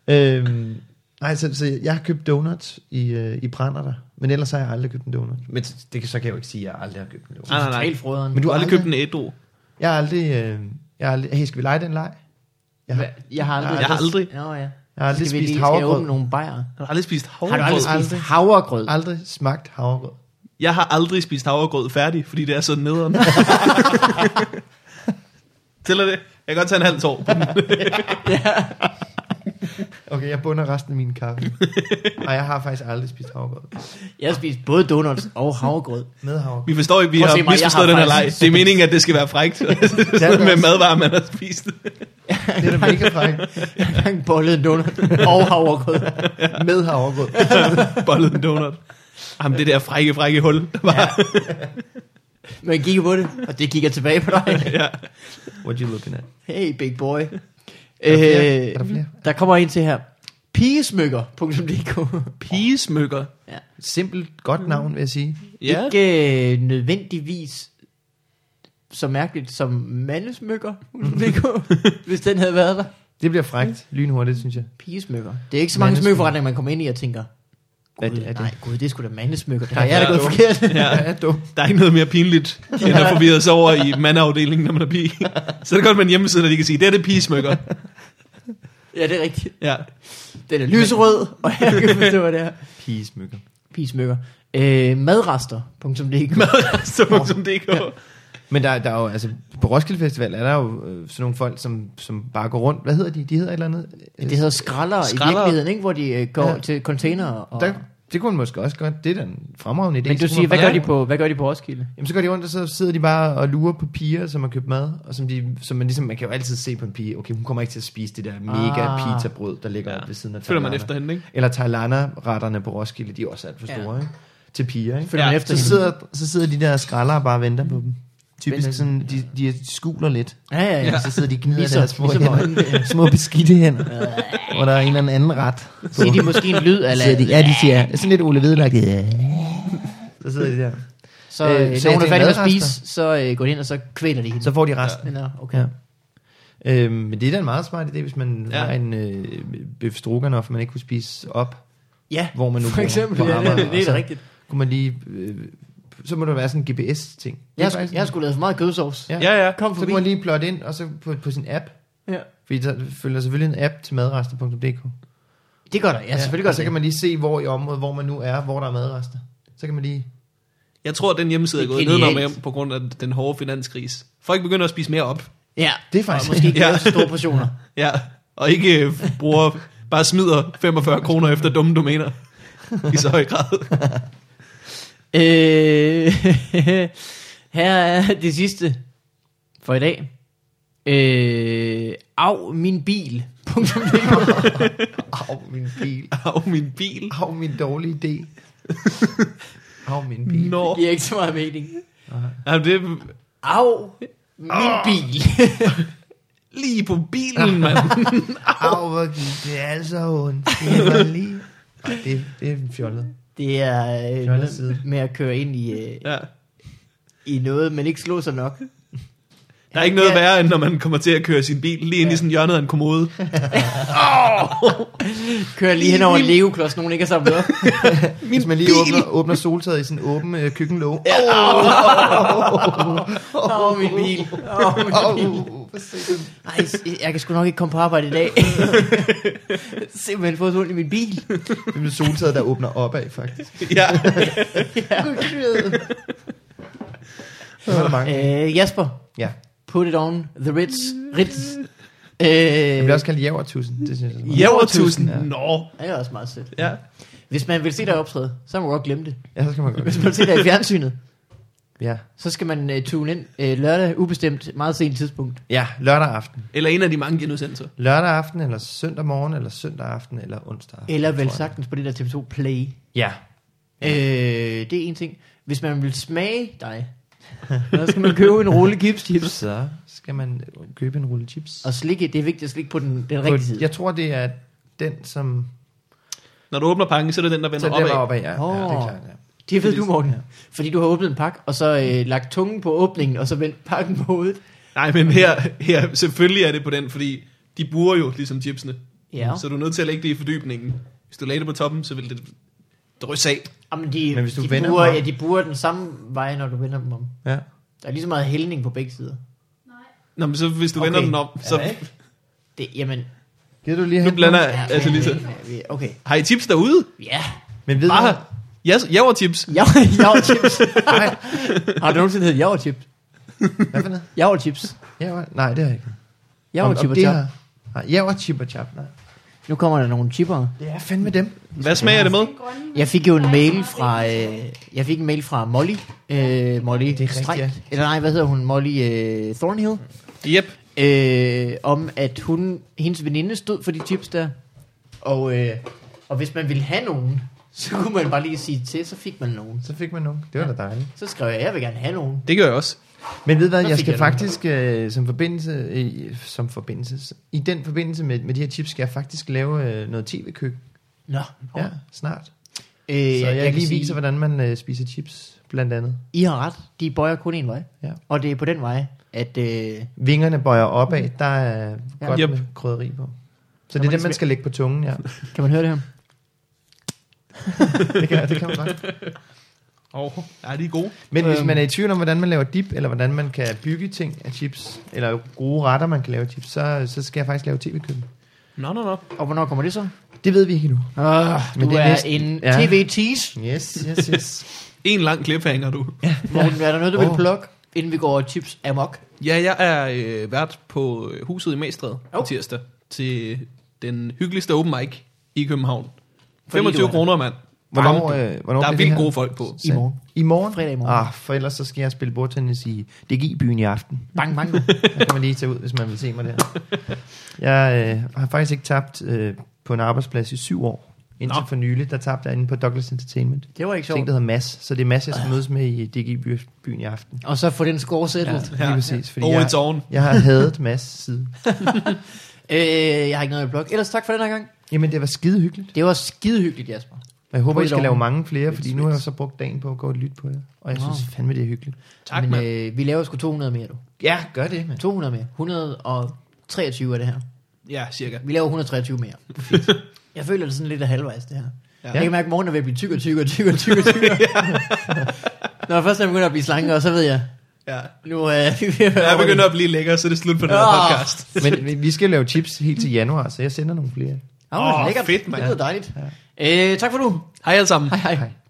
A: øhm, nej, så, så jeg har købt donuts i, øh, i brænderter, men ellers har jeg aldrig købt en donut. Men det kan, så kan jeg jo ikke sige, at jeg aldrig har købt en donut.
C: Nej, nej, nej.
B: Helt froderen.
A: Men
C: Du
A: du
C: har
A: har
C: aldrig købt en ædru.
A: Jeg har aldrig... Øh, jeg har aldrig hey, skal vi lege den leg? Jeg har, jeg
B: Jeg har aldrig...
C: Jeg har aldrig-
B: Nå, ja.
A: har aldrig
B: Skal vi
A: spist
B: lige skal jeg åbne
A: havregrød.
B: nogle bajer?
C: Jeg har aldrig spist
B: Har du aldrig
C: havregrød.
B: spist havregrød?
A: Aldrig smagt havregrød.
C: Jeg har aldrig spist havregrød færdig, fordi det er sådan nederen. Tæller det? Jeg kan godt tage en halv tår. på den.
A: Okay, jeg bunder resten af min kaffe. Og jeg har faktisk aldrig spist havregrød.
B: Jeg spiste både donuts og havregrød.
A: Med havregrød.
C: Vi forstår ikke, vi
B: Prøv at
C: har
B: se mig, jeg
C: misforstået
B: har
C: den her leg.
B: faktisk-
C: Det er meningen, at det skal være frækt. med madvarer, man har spist.
A: Det er da mega frækt.
B: Jeg har engang bollet en donut og havregrød.
A: Med havregrød.
C: Bollet en donut. Jamen, det der frække, frække hul. der var-
B: Men jeg kiggede på det, og det kigger tilbage på dig.
C: Ja.
A: What you looking at?
B: Hey, big boy.
A: Er der flere?
B: Øh,
A: Er der flere?
B: der kommer en til her. Pigesmykker.dk
C: Pigesmykker.
A: Simpelt godt navn, vil jeg sige.
C: Ja.
B: Ikke øh, nødvendigvis så mærkeligt som mandesmykker.dk, hvis den havde været der.
A: Det bliver frækt lynhurtigt, synes jeg.
B: Pigesmykker. Det er ikke så mange
A: Mandesmykker.
B: smykkeforretninger, man kommer ind i og tænker,
A: Hvad er det?
B: gud,
A: Er det?
B: nej, gud, det er sgu da mandesmykker. Det har jeg
C: Ja,
B: da gået
C: jo.
B: forkert.
A: Ja, jeg er dum.
C: Der er ikke noget mere pinligt, end at forvirre sig over i mandafdelingen, når man er pige. Så er det godt med en hjemmeside, der de kan sige, det er det pigesmykker.
B: ja, det er rigtigt.
C: Ja.
B: Den er lyserød, og jeg kan forstå, hvad det er.
A: Pigesmykker.
B: Pigesmykker. Øh, madrester.dk
C: Madrester.dk
A: Men der, der er jo, altså, på Roskilde Festival er der jo øh, sådan nogle folk, som, som bare går rundt. Hvad hedder de? De hedder et eller andet? Øh,
B: Det hedder skralder, skralder. i
C: Skraldere.
B: virkeligheden, ikke? hvor de øh, går
A: Ja.
B: ja. til container. Og...
A: der, det kunne man måske også godt. Det er da en fremragende idé.
B: Men
A: Så
B: du
A: kunne
B: siger,
A: man
B: hvad gør,
A: bare-
B: de på, hvad gør de på Roskilde?
A: Jamen, så går de rundt, og så sidder de bare og lurer på piger, som har købt mad, og som, de, som man ligesom, man kan jo altid se på en pige, okay, hun kommer ikke til at spise det der mega
B: Ah.
A: ah. pizzabrød, der ligger
C: Ja.
A: ja. ved siden af
C: Føler man
A: Thailanda.
C: efter hende, ikke?
A: Eller Thailander-retterne på Roskilde, de er også alt for store, ja. ikke? Til piger, ikke?
B: Følger
C: Ja,
B: man efter
A: Så
B: hende?
A: sidder, så sidder de der skraldere og bare venter på dem.
B: Venter.
A: Typisk sådan, de, de skuler lidt.
B: Ja, ja, ja.
A: Ja. Så sidder de og gnider
B: Ligesom-
A: deres små
B: ligesom øjnene,
A: hænder. Små beskidte hænder. hvor der er en eller anden ret. på.
B: Siger de måske en lyd, eller...
A: Sidder de, ja, de siger, sådan lidt Ole Vedlagt. Ja. Så sidder de der.
B: Så,
A: Øh, så
B: øh, når
A: jeg
B: hun er
A: tænker,
B: færdig med at
A: madrester.
B: spise, så øh, går de ind, og så kvæler de hende.
A: Så
B: Så,
A: får de resten.
B: Nå, okay.
A: Ja. Øhm, men det er da en meget smart idé, hvis man
C: Ja.
A: ja. har en øh, bøf stroganoff, man ikke kunne spise op.
B: Ja,
A: Hvor man nu
B: for
A: bor
B: eksempel.
A: på
B: Ja, det,
A: Amager, altså.
B: det, det er
A: og
B: da
A: så-
B: rigtigt.
A: Kunne man lige... Øh, så må der være sådan en GPS-ting. Det er
B: Jeg,
A: faktisk-
B: jeg har sgu lavet for meget kødsovs.
A: Ja.
C: Ja, ja.
B: Kom
A: så
B: forbi.
A: kan man lige plotte ind, og så på, på sin app.
B: Ja.
A: Fordi der følger selvfølgelig en app til madrester.dk.
B: Det gør der, ja,
A: og
B: selvfølgelig gør
A: så
B: det.
A: Altså, kan man lige se, hvor i området, hvor man nu er, hvor der er madrester. Så kan man lige...
C: Jeg tror, at den hjemmeside er
B: Det er
C: gået ned
B: genialt.
C: med på grund af den hårde finanskris. Folk begynder at spise mere op.
B: Ja,
A: Det er faktisk-
B: Og måske ikke
C: Ja.
B: lave så store portioner.
C: Ja. Og ikke øh, bruger, bare smider 45 kroner efter dumme domæner. I så høj grad.
B: Øh, her er det sidste for i dag. Øh, af min bil.
A: Au, min bil.
C: Af min bil.
A: Au, min dårlige idé. Au, min bil.
C: Nå.
B: Det giver ikke så meget mening.
C: Jamen, det er
B: Af min bil.
C: lige på bilen, mand.
A: Au, hvor gik det altså ondt. Det var lige... Ej, det, det er fjollet.
B: Det er øh,
A: Fjollet
B: noget
A: side.
B: med at køre ind i, øh,
C: Ja.
B: i noget, men ikke slå sig nok.
C: Der er ikke noget
B: Ja.
C: værre, end når man kommer til at køre sin bil lige ind i sådan hjørnet af en kommode.
B: Kører lige hen over en legoklods, nogen ikke har samlet op.
A: Min Hvis man lige åbner, åbner soltaget i sådan en åben øh, køkkenlåge. Ja.
B: Åh, oh, min bil. Åh, oh, min bil. Ej, s- jeg kan sgu nok ikke komme på arbejde i dag. Simpelthen fået så ondt i min bil.
A: Det er soltaget, der åbner opad, faktisk.
C: Ja.
A: Så er der mange.
B: Øh, Jasper,
A: Ja.
B: Put it on the Ritz. Ritz. Øh,
A: Jeg bliver også kaldt jævertusen. Det synes jeg. er meget-
C: Ja, over tusind.
A: Ja.
C: Nå.
B: det er også meget sødt.
C: Ja.
B: Hvis man vil se dig optræde, så må man godt glemme det.
A: Ja, så skal man
B: Hvis
A: godt.
B: man vil se dig i fjernsynet,
A: Ja.
B: så skal man uh, tune ind uh, lørdag, ubestemt, meget sent tidspunkt.
A: ja, lørdag aften.
C: Eller en af de mange genudsendelser.
A: Lørdag aften, eller søndag morgen, eller søndag aften, eller onsdag aften.
B: Eller vel
A: tror jeg.
B: sagtens på det der TV2 Play.
A: Ja.
B: Øh, det er en ting. Hvis man vil smage dig, så skal man købe en rulle gipschips.
A: Så skal man øh, købe en rulle chips.
B: Og slikke, det er vigtigt at slikke på den, den rigtige side.
A: Jeg tror, det er den, som...
C: Når du åbner pakken, så er det den, der
A: Så
C: vender
A: det var
C: opad.
A: opad, ja. ja. det er klart, ja.
B: Det ved du, Morten. Fordi du har åbnet en pakke, og så øh, lagt tungen på åbningen, og så vendt pakken på hovedet.
C: Nej, men her, her, selvfølgelig er det på den, fordi de burer jo ligesom chipsene.
B: Ja.
C: Så du er nødt til at lægge det i fordybningen. Hvis du lagde det på toppen, så ville det drysse af.
B: Jamen, de,
A: Men hvis du
B: de
A: vender
B: burer,
A: dem om-
B: ja, de burer den samme vej, når du vender dem om.
A: ja.
B: Der er lige så meget hældning på begge sider.
C: Nå, men så hvis du
B: Okay.
C: okay. vender den om, så...
A: Ja,
B: Det, jamen,
A: Gider du lige
C: nu
A: hente
C: blander
A: nogle?
C: jeg altså lige så.
B: ja, vi- okay.
C: Har I chips derude?
B: Ja,
A: Men ved
C: Bare
A: du,
C: Yes, javertips.
B: Javerchips. Har du nogensinde heddet javerchips?
A: Hvad for noget?
B: Javerchips.
A: Javer? Nej, det har jeg ikke. Om- om
B: Javerchips og
A: det
B: chap.
A: her- Nej, javer, chip og chap, nej.
B: Nu kommer der nogle chipper.
A: Det er fandme dem.
C: Hvad smager det med?
B: Jeg fik jo en mail fra, øh, jeg fik en mail fra Molly. Øh, Molly det er
A: rigtigt,
B: Streit,
A: ja.
B: Eller nej, hvad hedder hun? Molly øh, Thornhill.
C: Yep.
B: øh, om at hun, hendes veninde stod for de chips der, og, øh, og hvis man ville have nogen, så kunne man bare lige sige til, så fik man nogen.
A: Så fik man nogen. Det var da dejligt.
B: Så skrev jeg, jeg vil gerne have nogen.
C: Det gør jeg også.
A: Men ved du hvad,
B: Så
A: jeg
B: fik
A: skal
B: jeg den.
A: faktisk øh, som forbindelse, øh, som forbindelse, i den forbindelse med, med de her chips, skal jeg faktisk lave øh, noget tv-køkken.
B: Nå.
A: Ja, snart.
B: Øh,
A: Så jeg, jeg
B: kan
A: lige
B: sige,
A: viser, hvordan man øh, spiser chips, blandt andet.
B: I har ret, de bøjer kun en vej.
A: Ja.
B: Og det er på den vej, at... Øh,
A: Vingerne bøjer opad, der er
B: Ja.
A: ja. godt
C: Yep.
A: med krydderi på. Så
B: Når
A: det er
B: man
A: det, man skal lægge på tungen, ja.
B: kan man høre det her?
A: Det kan, det kan man godt.
C: Åh, oh, ja, de er gode.
A: Men hvis
B: Øhm.
A: man er i tvivl om, hvordan man laver dip, eller hvordan man kan bygge ting af chips, eller gode retter, man kan lave af chips, så, så skal jeg faktisk lave tv-køkken.
C: Nå, nå, nå.
B: Og hvornår kommer det så?
A: Det ved vi ikke endnu.
B: Ah,
A: men
B: du
A: det
B: er,
A: er
B: er
A: næsten-
B: en
A: ja.
B: tv-tease.
A: Yes, yes, yes.
C: En lang cliffhanger, du.
B: Morten, er der noget, du vil
A: Åh.
B: plukke, inden vi går chips amok?
C: Ja, jeg er øh, vært på øh, huset i Magstræde på
B: Oh.
C: tirsdag til den hyggeligste open mic i København.
B: Fordi
C: 25
B: du er der.
C: kroner, mand.
A: Hvornår,
C: Varmt.
A: øh, hvornår
C: der
A: bliver
C: er
A: det
C: vildt
A: her?
C: gode folk på.
B: I morgen.
A: I morgen?
B: Fredag i morgen.
A: Ah, for ellers så skal jeg spille bordtennis i DG-byen i aften.
B: Bang, bang.
A: Der kan man lige tage ud, hvis man vil se mig der. Jeg øh, har faktisk ikke tabt øh, på en arbejdsplads i syv år. Indtil
C: Nå.
A: for nylig, der tabte jeg inde på Douglas Entertainment.
B: Det var ikke
A: Ting,
B: sjovt. Ah.
A: der hedder Mass. Så det er Mass, jeg skal mødes med i DG-byen i aften.
B: Og så få den score settled. Ja.
A: Lige præcis. Fordi
C: Oh,
A: jeg,
C: it's on.
A: jeg har hadet Mass siden.
B: Øh, jeg har ikke noget i blog. Ellers tak for den her gang.
A: Jamen, det var skide hyggeligt.
B: Det var skide hyggeligt, Jasper.
A: Og jeg håber, I
B: Lidt
A: skal lave
B: oven.
A: mange flere, fordi nu har jeg jo så brugt dagen på at gå og lytte på jer. Og jeg
B: Wow.
A: synes fandme, det er hyggeligt.
C: Tak,
B: Men
C: mand.
B: øh, vi laver sgu 200 mere, du.
A: Ja, gør det, mand.
B: 200 mere. 123 er det her.
C: Ja, cirka.
B: Vi laver 123 mere. Jeg føler det sådan lidt af halvvejs, det her. Ja.
C: Ja.
B: Jeg kan mærke, at morgenen er ved at blive tykkere, tykkere, tykkere, tykkere, tykkere. Når jeg først er begyndt at blive slankere, så ved jeg,
C: Ja.
B: nu øh, vi er vi ved at
C: Jeg
B: være
C: begynder at blive lækker, så det er slut på den her
B: Ah.
C: podcast.
A: Men vi- vi skal lave chips helt til januar, så jeg sender nogle flere.
B: Åh, oh,
C: Åh,
B: lækkert.
C: fedt,
B: Fedt,
C: mand.
B: det lyder dejligt. Øh, tak for nu.
C: Hej alle sammen.
B: Hej, hej.
A: Hej.